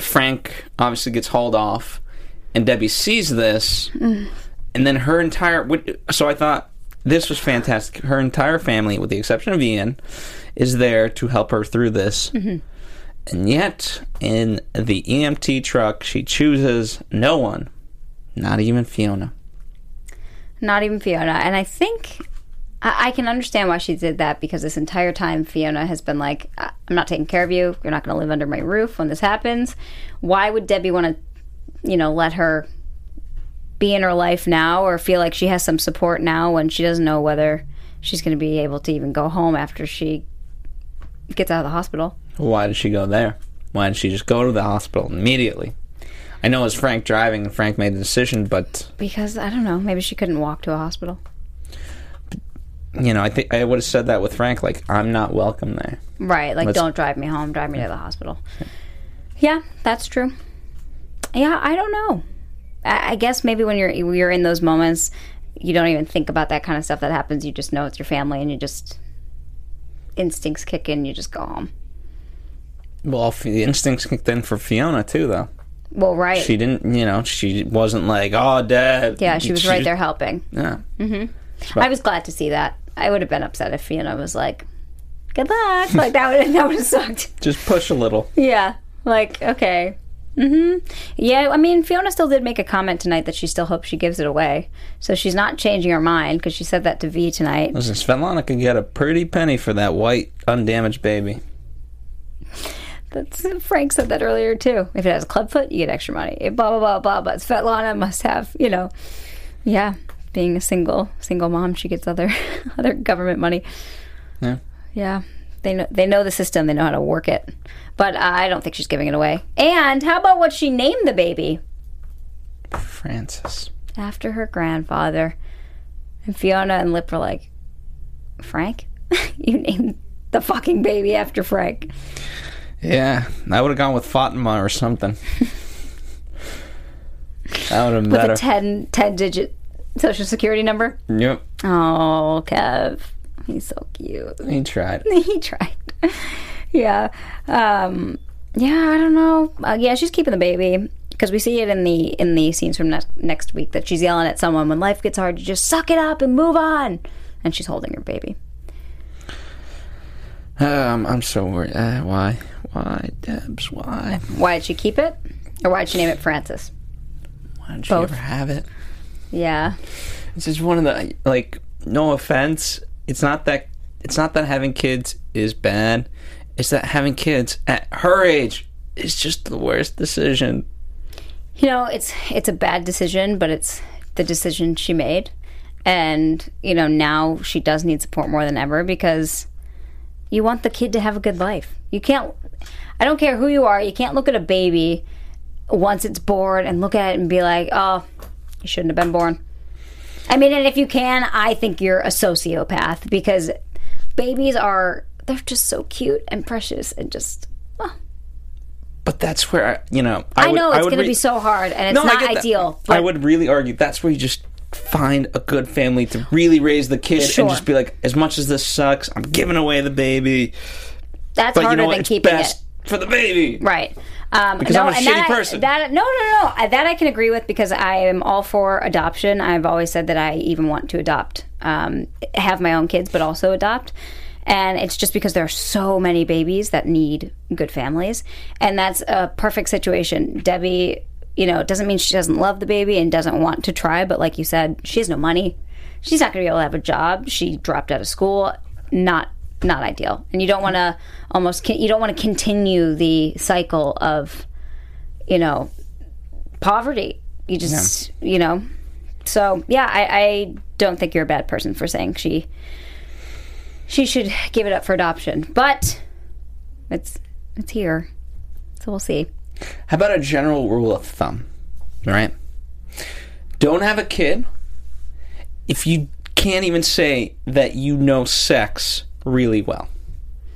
[SPEAKER 3] Frank obviously gets hauled off, and Debbie sees this, and then her entire. what- So I thought this was fantastic. Her entire family, with the exception of Ian, is there to help her through this. And yet, in the EMT truck, she chooses no one, not even Fiona.
[SPEAKER 4] Not even Fiona. And I think I, I can understand why she did that because this entire time Fiona has been like, "I- I'm not taking care of you. You're not going to live under my roof when this happens. Why would Debbie want to, you know, let her be in her life now or feel like she has some support now when she doesn't know whether she's going to be able to even go home after she gets out of the hospital?
[SPEAKER 3] Why did she go there? Why didn't she just go to the hospital immediately? I know it was Frank driving and Frank made the decision, but
[SPEAKER 4] Because I don't know, maybe she couldn't walk to a hospital.
[SPEAKER 3] you know, I think I would have said that with Frank, like, I'm not welcome there.
[SPEAKER 4] Right, like
[SPEAKER 3] Let's-
[SPEAKER 4] don't drive me home, drive me to the hospital. Yeah, that's true. Yeah, I don't know. I, I guess maybe when you're when you're in those moments, you don't even think about that kind of stuff that happens. You just know it's your family, and you just instincts kick in. You just go home.
[SPEAKER 3] Well, f- the instincts kicked in for Fiona too, though.
[SPEAKER 4] Well, right.
[SPEAKER 3] She didn't, you know, she wasn't like, oh, Dad.
[SPEAKER 4] yeah, she was right there helping.
[SPEAKER 3] Yeah.
[SPEAKER 4] I was glad to see that. I would have been upset if Fiona was like, "Good luck," like that would that would have sucked.
[SPEAKER 3] Just push a little.
[SPEAKER 4] Yeah. Like, okay. Mhm. Yeah, I mean, Fiona still did make a comment tonight that she still hopes she gives it away. So she's not changing her mind because she said that to V tonight.
[SPEAKER 3] Listen, Svetlana could get a pretty penny for that white, undamaged baby.
[SPEAKER 4] That's Frank said that earlier too. If it has a club foot, you get extra money. It blah blah blah blah. But Svetlana must have, you know, yeah, being a single single mom, she gets other other government money.
[SPEAKER 3] Yeah.
[SPEAKER 4] Yeah, they know they know the system. They know how to work it. But uh, I don't think she's giving it away. And how about what she named the baby?
[SPEAKER 3] Francis.
[SPEAKER 4] after her grandfather. And Fiona and Lip were like, Frank? you named the fucking baby after Frank.
[SPEAKER 3] Yeah, I would have gone with Fatima or something. that would have been
[SPEAKER 4] With
[SPEAKER 3] better.
[SPEAKER 4] a 10, 10 digit social security number.
[SPEAKER 3] yep,
[SPEAKER 4] Oh, Kev. He's so cute.
[SPEAKER 3] he tried.
[SPEAKER 4] he tried. yeah. Um, yeah, I don't know. Uh, yeah, she's keeping the baby because we see it in the in the scenes from next next week that she's yelling at someone when life gets hard, you just suck it up and move on. And she's holding her baby.
[SPEAKER 3] Um, I'm so worried. Uh, why? Why, Debs? Why?
[SPEAKER 4] Why did she keep it? Or why did she name it Francis?
[SPEAKER 3] Why did she
[SPEAKER 4] Both.
[SPEAKER 3] ever have it?
[SPEAKER 4] Yeah.
[SPEAKER 3] It's just one of the like. No offense. It's not that. It's not that having kids is bad. It's that having kids at her age is just the worst decision.
[SPEAKER 4] You know, it's it's a bad decision, but it's the decision she made. And, you know, now she does need support more than ever because you want the kid to have a good life. You can't I don't care who you are, you can't look at a baby once it's born and look at it and be like, "Oh, you shouldn't have been born." I mean, and if you can, I think you're a sociopath because babies are they're just so cute and precious and just
[SPEAKER 3] But that's where I, you know. I,
[SPEAKER 4] I
[SPEAKER 3] would-
[SPEAKER 4] know
[SPEAKER 3] I
[SPEAKER 4] it's
[SPEAKER 3] would
[SPEAKER 4] going to
[SPEAKER 3] re-
[SPEAKER 4] be so hard and it's
[SPEAKER 3] I
[SPEAKER 4] not
[SPEAKER 3] get that.
[SPEAKER 4] ideal.
[SPEAKER 3] I would really argue that's where you just find a good family to really raise the kid
[SPEAKER 4] Sure.
[SPEAKER 3] and just be like, as much as this sucks, I'm giving away the baby.
[SPEAKER 4] That's
[SPEAKER 3] But you
[SPEAKER 4] harder
[SPEAKER 3] know what?
[SPEAKER 4] than
[SPEAKER 3] It's
[SPEAKER 4] keeping
[SPEAKER 3] best for the baby.
[SPEAKER 4] it. Right. Um,
[SPEAKER 3] Because
[SPEAKER 4] no,
[SPEAKER 3] I'm a
[SPEAKER 4] and
[SPEAKER 3] shitty
[SPEAKER 4] that I-
[SPEAKER 3] person.
[SPEAKER 4] that no, no, no, I- that I can agree with because I am all for adoption. I've always said that I even want to adopt, um, have my own kids, but also adopt. And it's just because there are so many babies that need good families, and that's a perfect situation. Debbie, you know, it doesn't mean she doesn't love the baby and doesn't want to try, but like you said, she has no money. She's not going to be able to have a job. She dropped out of school. Not not ideal. And you don't want to almost con- you don't want to continue the cycle of you know poverty you just you know so yeah I, I don't think you're a bad person for saying she she should give it up for adoption but it's it's here so we'll see
[SPEAKER 3] How about a general rule of thumb? All right. Don't have a kid if you can't even say that you know sex really well.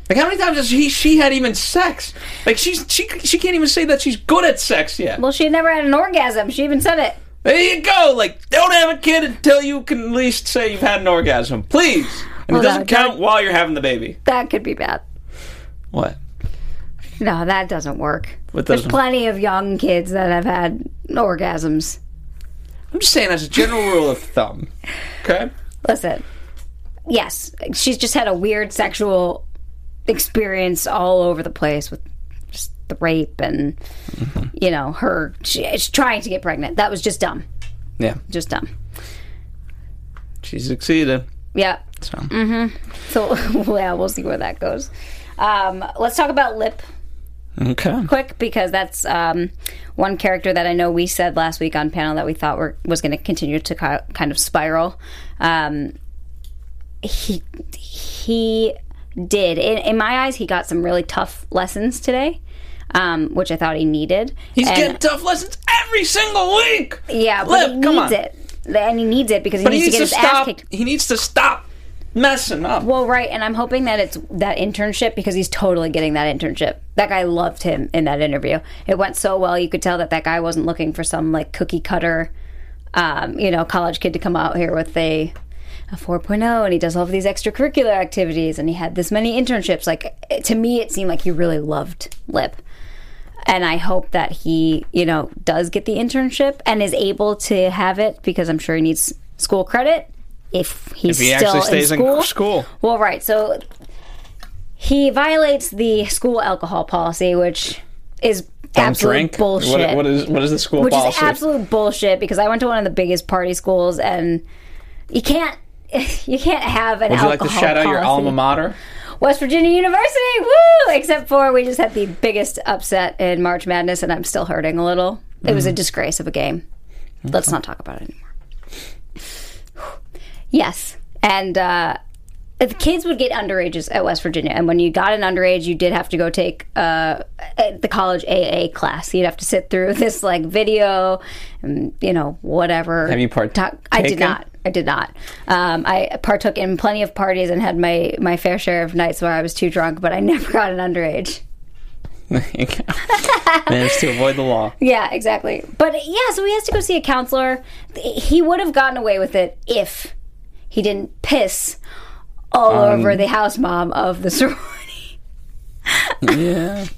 [SPEAKER 3] Like how many times has he she had even sex? Like she's she she can't even say that she's good at sex yet.
[SPEAKER 4] well she had never had an orgasm she even said it
[SPEAKER 3] There you go. Like, don't have a kid until you can at least say you've had an orgasm, please. And
[SPEAKER 4] Well,
[SPEAKER 3] it doesn't
[SPEAKER 4] that-
[SPEAKER 3] count while you're having the baby.
[SPEAKER 4] that could be bad
[SPEAKER 3] What?
[SPEAKER 4] no that doesn't work
[SPEAKER 3] What
[SPEAKER 4] there's
[SPEAKER 3] doesn't-
[SPEAKER 4] plenty of young kids that have had orgasms
[SPEAKER 3] I'm just saying as a general rule of thumb. Okay.
[SPEAKER 4] Listen, yes, she's just had a weird sexual experience all over the place with just the rape and you know her she, she's trying to get pregnant. That was just dumb,
[SPEAKER 3] Yeah,
[SPEAKER 4] just dumb.
[SPEAKER 3] she succeeded.
[SPEAKER 4] Yeah, Mm-hmm.
[SPEAKER 3] So
[SPEAKER 4] so yeah, we'll see where that goes. Um, let's talk about lip
[SPEAKER 3] okay.
[SPEAKER 4] quick because that's um, one character that I know we said last week on panel that we thought were, was going to continue to ki- kind of spiral. Um, he he did in, in my eyes he got some really tough lessons today, um, which I thought he needed.
[SPEAKER 3] He's
[SPEAKER 4] And-
[SPEAKER 3] getting tough lessons every single week.
[SPEAKER 4] yeah, but he
[SPEAKER 3] Lip, come
[SPEAKER 4] needs
[SPEAKER 3] on.
[SPEAKER 4] it, and he needs it because he
[SPEAKER 3] But he
[SPEAKER 4] needs to
[SPEAKER 3] needs
[SPEAKER 4] get
[SPEAKER 3] to
[SPEAKER 4] his ass
[SPEAKER 3] stop.
[SPEAKER 4] kicked.
[SPEAKER 3] He needs to stop messing up.
[SPEAKER 4] Well, right, and I'm hoping that it's that internship because he's totally getting that internship. That guy loved him in that interview. It went so well, you could tell that that guy wasn't looking for some like cookie cutter, um, you know, college kid to come out here with a a 4.0 and he does all of these extracurricular activities and he had this many internships. Like it- to me, it seemed like he really loved Lip. And I hope that he, you know, does get the internship and is able to have it because I'm sure he needs school credit if he's
[SPEAKER 3] he
[SPEAKER 4] still
[SPEAKER 3] actually stays
[SPEAKER 4] in
[SPEAKER 3] in
[SPEAKER 4] school.
[SPEAKER 3] school.
[SPEAKER 4] Well, right. So he violates the school alcohol policy, which is absolute bullshit.
[SPEAKER 3] What, what is what is the school
[SPEAKER 4] which
[SPEAKER 3] policy?
[SPEAKER 4] is absolute bullshit because I went to one of the biggest party schools and you can't you can't have an
[SPEAKER 3] Would you like
[SPEAKER 4] alcohol
[SPEAKER 3] to shout out your
[SPEAKER 4] policy.
[SPEAKER 3] alma mater?
[SPEAKER 4] West Virginia University, woo! Except for we just had the biggest upset in March Madness, and I'm still hurting a little. It was a disgrace of a game. Let's not talk about it anymore. yes, and uh, the kids would get underages at West Virginia, and when you got an underage, you did have to go take uh, a- the college AA class. You'd have to sit through this like video, and mm, you know whatever.
[SPEAKER 3] Have you partaken?
[SPEAKER 4] I did not. I did not. Um, I partook in plenty of parties and had my my fair share of nights where I was too drunk, but I never got an underage.
[SPEAKER 3] Managed to avoid the law.
[SPEAKER 4] Yeah, exactly. But yeah, so he has to go see a counselor. He would have gotten away with it if he didn't piss all over the house mom of the sorority.
[SPEAKER 3] Yeah.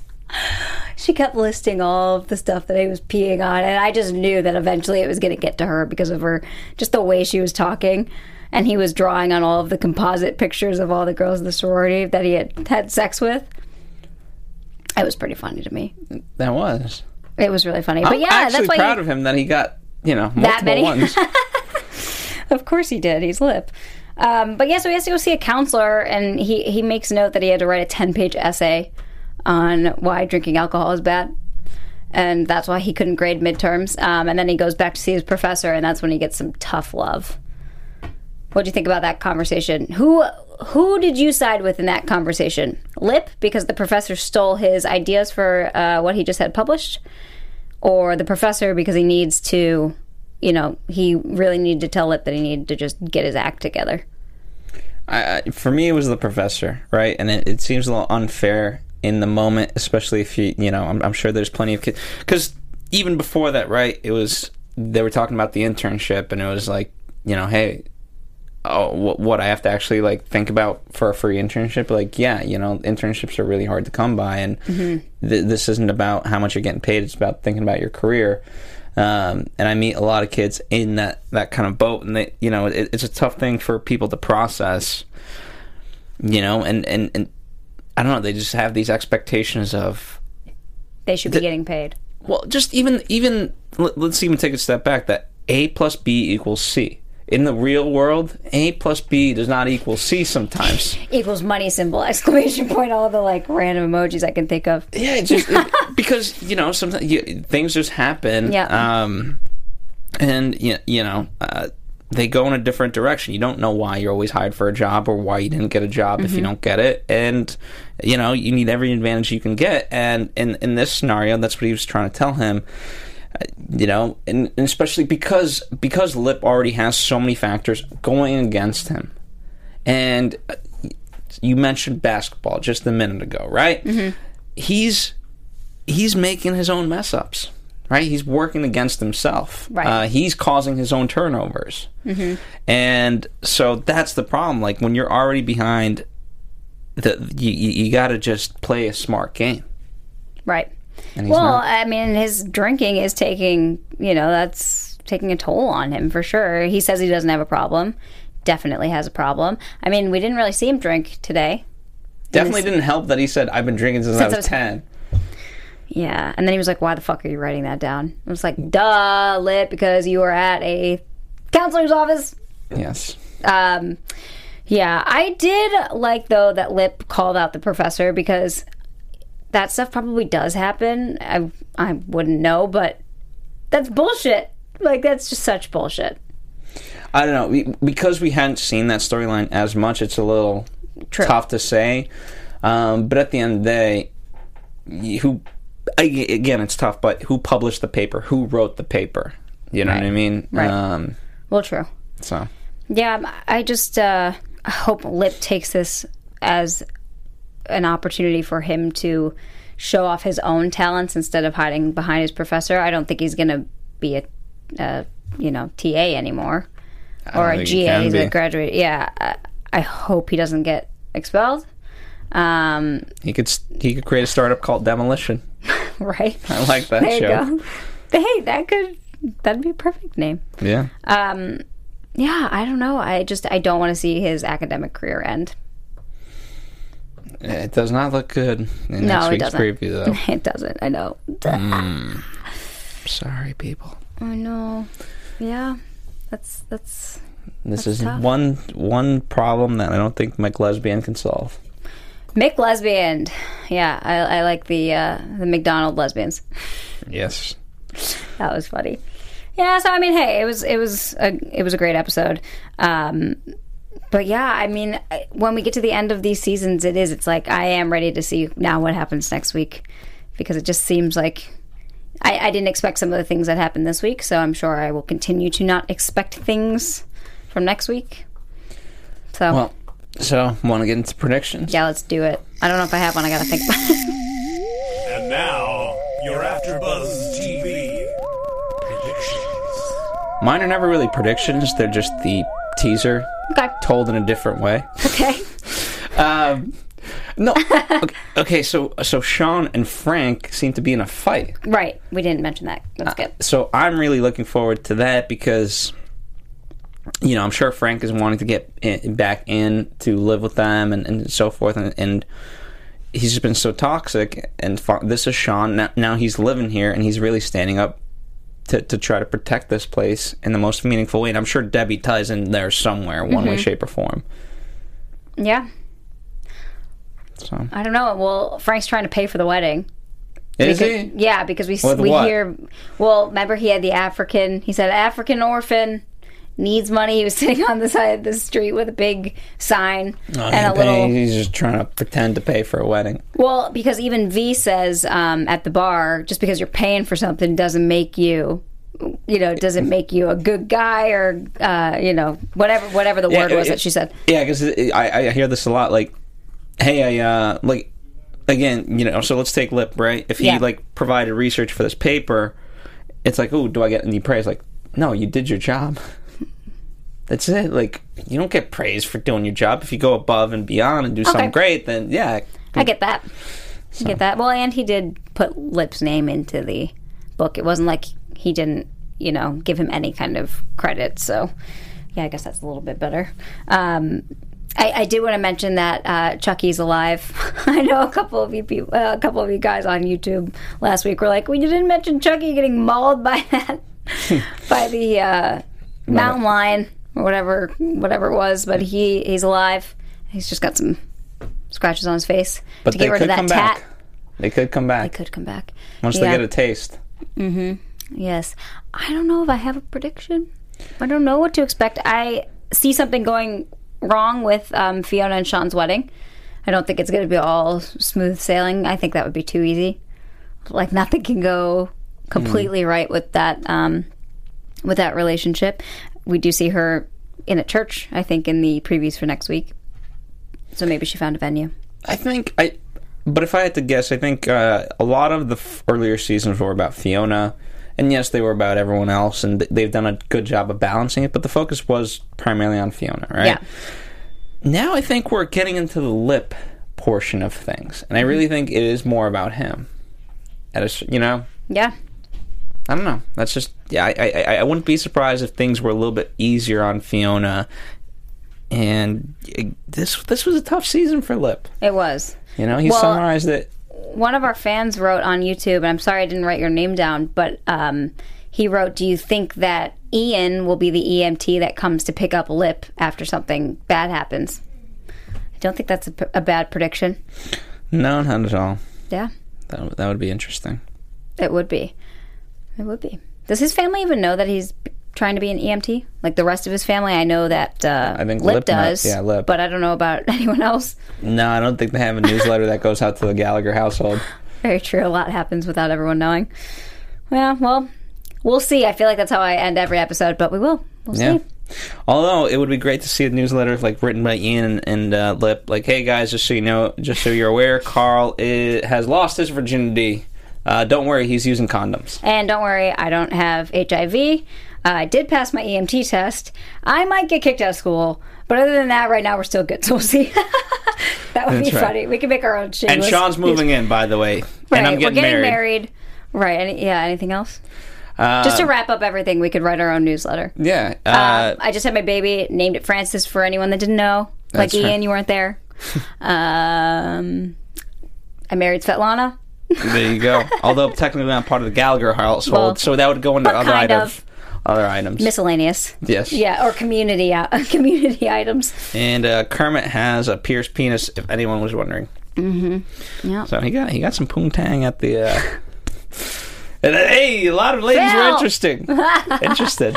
[SPEAKER 4] She kept listing all of the stuff that he was peeing on, and I just knew that eventually it was going to get to her because of her, just the way she was talking. And he was drawing on all of the composite pictures of all the girls in the sorority that he had had sex with. It was pretty funny to me.
[SPEAKER 3] That was.
[SPEAKER 4] It was really funny. But yeah,
[SPEAKER 3] I'm actually
[SPEAKER 4] that's why he-
[SPEAKER 3] proud of him that he got, you know, multiple
[SPEAKER 4] many.
[SPEAKER 3] ones.
[SPEAKER 4] Of course he did. He's lip. Um, but yeah, so he has to go see a counselor, and he, he makes note that he had to write a 10 page essay on why drinking alcohol is bad. And that's why he couldn't grade midterms. Um, and then he goes back to see his professor, and that's when he gets some tough love. What do you think about that conversation? Who who did you side with in that conversation? Lip, because the professor stole his ideas for uh, what he just had published, or the professor because he needs to you know, he really needed to tell Lip that he needed to just get his act together.
[SPEAKER 3] I, I- for me, it was the professor, right? And it, it seems a little unfair in the moment, especially if you, you know, I'm, I'm sure there's plenty of kids. Because even before that, right, it was, they were talking about the internship, and it was like, you know, hey, oh, wh- what I have to actually like think about for a free internship. Like, yeah, you know, internships are really hard to come by, and th- this isn't about how much you're getting paid. It's about thinking about your career. Um, and I meet a lot of kids in that that kind of boat, and they, you know, it, it's a tough thing for people to process. You know, and and and I don't know. They just have these expectations of
[SPEAKER 4] They should be getting paid.
[SPEAKER 3] well, just even even let- let's even take a step back that A plus B equals C. In the real world, A plus B does not equal C sometimes.
[SPEAKER 4] Equals money symbol, exclamation point, all the like random emojis I can think of.
[SPEAKER 3] yeah, it just it- because you know sometimes you, things just happen.
[SPEAKER 4] Yeah.
[SPEAKER 3] Um, and you, you know uh, they go in a different direction. You don't know why you're always hired for a job or why you didn't get a job if you don't get it. And you know you need every advantage you can get. And in in this scenario, that's what he was trying to tell him. Uh, You know, and, and especially because because Lip already has so many factors going against him, and uh, you mentioned basketball just a minute ago, right? He's he's making his own mess ups, right? He's working against himself.
[SPEAKER 4] Right.
[SPEAKER 3] Uh, he's causing his own turnovers, and so that's the problem. Like when you're already behind, the you you, you got to just play a smart game.
[SPEAKER 4] Right.
[SPEAKER 3] And he's
[SPEAKER 4] Well,
[SPEAKER 3] not.
[SPEAKER 4] I mean, his drinking is taking, you know, that's taking a toll on him for sure. He says he doesn't have a problem. Definitely has a problem. I mean, we didn't really see him drink today.
[SPEAKER 3] Definitely didn't help that he said I've been drinking since, I was,
[SPEAKER 4] I was-
[SPEAKER 3] ten.
[SPEAKER 4] Yeah. And then he was like, why the fuck are you writing that down? I was like, duh, lit, because you were at a counselor's office.
[SPEAKER 3] Yes.
[SPEAKER 4] Um, yeah, I did like though that Lip called out the professor because that stuff probably does happen. I I wouldn't know, but that's bullshit. Like that's just such bullshit.
[SPEAKER 3] I don't know we, because we hadn't seen that storyline as much. It's a little
[SPEAKER 4] True.
[SPEAKER 3] tough to say, um, but at the end of the day, y- who I- again it's tough. But who published the paper? Who wrote the paper? You know what I mean?
[SPEAKER 4] Right.
[SPEAKER 3] Um,
[SPEAKER 4] Well, true.
[SPEAKER 3] so
[SPEAKER 4] Yeah, I'm- I just uh, hope Lip takes this as an opportunity for him to show off his own talents instead of hiding behind his professor. I don't think he's going to be a, a you know TA anymore or a
[SPEAKER 3] think he
[SPEAKER 4] GA.
[SPEAKER 3] can
[SPEAKER 4] He's
[SPEAKER 3] be.
[SPEAKER 4] a graduate. Yeah, I, I hope he doesn't get expelled. Um,
[SPEAKER 3] he could s- he could create a startup called Demolition.
[SPEAKER 4] right
[SPEAKER 3] I like that
[SPEAKER 4] there
[SPEAKER 3] show.
[SPEAKER 4] you go. Hey, that could that'd be a perfect name. Um,
[SPEAKER 3] Yeah.
[SPEAKER 4] Yeah, I don't know. I just I don't want to see his academic career end.
[SPEAKER 3] It does not look good
[SPEAKER 4] No,
[SPEAKER 3] in next
[SPEAKER 4] it
[SPEAKER 3] week's
[SPEAKER 4] doesn't.
[SPEAKER 3] preview, though.
[SPEAKER 4] It doesn't. I know.
[SPEAKER 3] Mm. Sorry, people.
[SPEAKER 4] I know. Yeah. That's that's
[SPEAKER 3] This is
[SPEAKER 4] tough.
[SPEAKER 3] one one problem that I don't think Mike Lesbian can solve.
[SPEAKER 4] Mick lesbian. Yeah, I, I like the uh, the McDonald lesbians.
[SPEAKER 3] Yes.
[SPEAKER 4] That was funny. Yeah, so I mean, hey, it was it was a it was a great episode. Um, but yeah, I mean, I- when we get to the end of these seasons, it is it's like I am ready to see now what happens next week because it just seems like I, I didn't expect some of the things that happened this week. So I'm sure I will continue to not expect things from next week. So
[SPEAKER 3] Well, so want to get into predictions?
[SPEAKER 4] yeah, let's do it. I don't know if I have one. I gotta think. About it.
[SPEAKER 5] And now, your AfterBuzz TV predictions.
[SPEAKER 3] Mine are never really predictions; they're just the teaser
[SPEAKER 4] Okay.
[SPEAKER 3] told in a different way.
[SPEAKER 4] Okay.
[SPEAKER 3] Um, no, okay, okay, so so Sean and Frank seem to be in a fight.
[SPEAKER 4] Right. We didn't mention that. That's good.
[SPEAKER 3] So I'm really looking forward to that because, you know, I'm sure Frank is wanting to get in, back in to live with them and, and so forth, and, and he's just been so toxic. And fa- this is Sean now, now. He's living here, and he's really standing up to, to try to protect this place in the most meaningful way. And I'm sure Debbie ties in there somewhere, one
[SPEAKER 4] Mm-hmm.
[SPEAKER 3] way, shape, or form.
[SPEAKER 4] Yeah.
[SPEAKER 3] So
[SPEAKER 4] I don't know. Well, Frank's trying to pay for the wedding.
[SPEAKER 3] is
[SPEAKER 4] Because-
[SPEAKER 3] he?
[SPEAKER 4] Yeah, because we s-
[SPEAKER 3] With
[SPEAKER 4] we
[SPEAKER 3] what?
[SPEAKER 4] hear. Well, remember he had the African. He said African orphan needs money. He was sitting on the side of the street with a big sign
[SPEAKER 3] Oh,
[SPEAKER 4] and a little.
[SPEAKER 3] He's just trying to pretend to pay for a wedding.
[SPEAKER 4] Well, because even V says um, at the bar, just because you're paying for something doesn't make you. You know, doesn't make you a good guy or uh, you know whatever whatever the word
[SPEAKER 3] it-
[SPEAKER 4] was
[SPEAKER 3] it-
[SPEAKER 4] that she said.
[SPEAKER 3] Yeah, because I, I hear this a lot. Like, hey, I uh, like again, you know. So let's take Lip right. If he
[SPEAKER 4] Yeah.
[SPEAKER 3] like provided research for this paper, it's like, oh, do I get any praise? Like, no, you did your job. That's it. Like, you don't get praise for doing your job. If you go above and beyond and do something great, then yeah,
[SPEAKER 4] I get that. I get that. Well, and he did put Lip's name into the book. It wasn't like he didn't, you know, give him any kind of credit. So, yeah, I guess that's a little bit better. Um, I, I do want to mention that uh, Chucky's alive. I know a couple of you, people, uh, a couple of you guys on YouTube last week were like, "We didn't mention Chucky getting mauled by that by the uh, mountain lion or whatever, whatever it was." But he he's alive. He's just got some scratches on his face
[SPEAKER 3] But
[SPEAKER 4] to
[SPEAKER 3] they
[SPEAKER 4] get rid
[SPEAKER 3] could
[SPEAKER 4] of that
[SPEAKER 3] come
[SPEAKER 4] tat.
[SPEAKER 3] back. They could come back
[SPEAKER 4] Could come back.
[SPEAKER 3] once
[SPEAKER 4] Yeah.
[SPEAKER 3] they get a taste.
[SPEAKER 4] Yes. I don't know if I have a prediction. I don't know what to expect. I see something going wrong with um, Fiona and Sean's wedding. I don't think it's going to be all smooth sailing. I think that would be too easy. Like nothing can go completely right with that um, with that relationship. We do see her in a church, I think, in the previews for next week. So maybe she found a venue.
[SPEAKER 3] I think I, but if I had to guess, I think uh, a lot of the f- earlier seasons were about Fiona, and yes, they were about everyone else, and th- they've done a good job of balancing it. But the focus was primarily on Fiona, right?
[SPEAKER 4] Yeah.
[SPEAKER 3] Now I think we're getting into the lip portion of things, and I
[SPEAKER 4] Mm-hmm.
[SPEAKER 3] really think it is more about him. At a, s- you know,
[SPEAKER 4] Yeah.
[SPEAKER 3] I don't know. That's just yeah. I, I I- I wouldn't be surprised if things were a little bit easier on Fiona. And eh, this this was a tough season for Lip.
[SPEAKER 4] It was.
[SPEAKER 3] You know, he
[SPEAKER 4] Well-
[SPEAKER 3] summarized it
[SPEAKER 4] one of our fans wrote on YouTube, and I'm sorry I didn't write your name down, but um, he wrote, "Do you think that Ian will be the EMT that comes to pick up Lip after something bad happens?" I don't think that's a, p- a bad prediction.
[SPEAKER 3] No, not at all.
[SPEAKER 4] Yeah,
[SPEAKER 3] That, w- that would be interesting.
[SPEAKER 4] it would be. It would be. Does his family even know that he's b- trying to be an EMT? Like the rest of his family, I know that uh,
[SPEAKER 3] I think
[SPEAKER 4] Lip,
[SPEAKER 3] Lip knows.
[SPEAKER 4] does.
[SPEAKER 3] Yeah, Lip.
[SPEAKER 4] But I don't know about anyone else.
[SPEAKER 3] No, I don't think they have a newsletter that goes out to the Gallagher household.
[SPEAKER 4] Very true. A lot happens without everyone knowing. Yeah, well, we'll see. I feel like that's how I end every episode, but we will. We'll
[SPEAKER 3] Yeah.
[SPEAKER 4] see.
[SPEAKER 3] Although it would be great to see a newsletter like written by Ian and uh, Lip, like, "Hey guys, just so you know, just so you're aware, Carl i has lost his virginity. Uh, don't worry, he's using condoms."
[SPEAKER 4] And don't worry, I don't have HIV. Uh, I did pass my EMT test. I might get kicked out of school, but other than that, right now we're still good. So we'll see. that would
[SPEAKER 3] That's
[SPEAKER 4] be
[SPEAKER 3] right.
[SPEAKER 4] funny. We can make our own
[SPEAKER 3] And
[SPEAKER 4] shameless.
[SPEAKER 3] Sean's moving in, by the way,
[SPEAKER 4] Right,
[SPEAKER 3] and I'm getting,
[SPEAKER 4] we're getting
[SPEAKER 3] married.
[SPEAKER 4] married. Right. Any, yeah. Anything else?
[SPEAKER 3] Uh,
[SPEAKER 4] Just to wrap up everything, we could write our own newsletter.
[SPEAKER 3] Yeah, uh,
[SPEAKER 4] Um, I just had my baby, named it Francis for anyone that didn't know. Like
[SPEAKER 3] That's right.
[SPEAKER 4] Ian, you weren't there. um, I married Svetlana.
[SPEAKER 3] there you go. Although technically not part of the Gallagher household,
[SPEAKER 4] Well,
[SPEAKER 3] so that would go into
[SPEAKER 4] but
[SPEAKER 3] other
[SPEAKER 4] kind
[SPEAKER 3] items.
[SPEAKER 4] of.
[SPEAKER 3] Other items.
[SPEAKER 4] Miscellaneous.
[SPEAKER 3] yes.
[SPEAKER 4] Yeah, or community uh, community items.
[SPEAKER 3] And uh, Kermit has a pierced penis, if anyone was wondering. Mm-hmm.
[SPEAKER 4] Yeah.
[SPEAKER 3] So he got he got some poontang at the. Uh, and, uh, hey, a lot of ladies were
[SPEAKER 4] Phil!
[SPEAKER 3] interesting. Interested.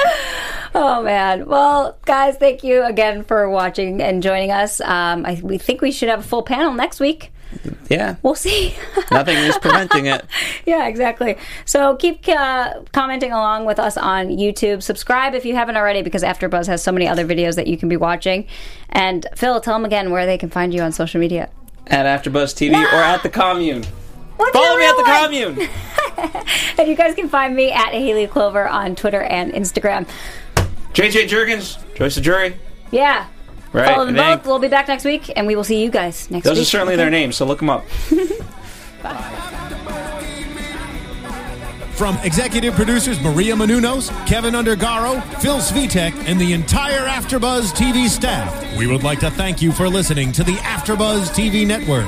[SPEAKER 4] Oh man. Well, guys, thank you again for watching and joining us. Um, I, we think we should have a full panel next week.
[SPEAKER 3] Yeah.
[SPEAKER 4] We'll see.
[SPEAKER 3] Nothing is preventing it.
[SPEAKER 4] yeah, exactly. So keep uh, commenting along with us on YouTube. Subscribe if you haven't already, because AfterBuzz has so many other videos that you can be watching. And Phil, tell them again where they can find you on social media.
[SPEAKER 3] At AfterBuzz TV or at the commune.
[SPEAKER 4] What's
[SPEAKER 3] Follow
[SPEAKER 4] your
[SPEAKER 3] me at
[SPEAKER 4] real
[SPEAKER 3] the
[SPEAKER 4] one?
[SPEAKER 3] commune.
[SPEAKER 4] And you guys can find me at Haley Clover on Twitter and Instagram.
[SPEAKER 3] JJ Jurgens, Joyce the Jury.
[SPEAKER 4] Yeah.
[SPEAKER 3] Right.
[SPEAKER 4] Follow them
[SPEAKER 3] and
[SPEAKER 4] both. We'll be back next week, and we will see you guys next
[SPEAKER 3] Those
[SPEAKER 4] week.
[SPEAKER 3] are certainly their names, so look them up.
[SPEAKER 2] From executive producers Maria Manunos, Kevin Undergaro, Phil Svitek, and the entire AfterBuzz TV staff, we would like to thank you for listening to the AfterBuzz TV network.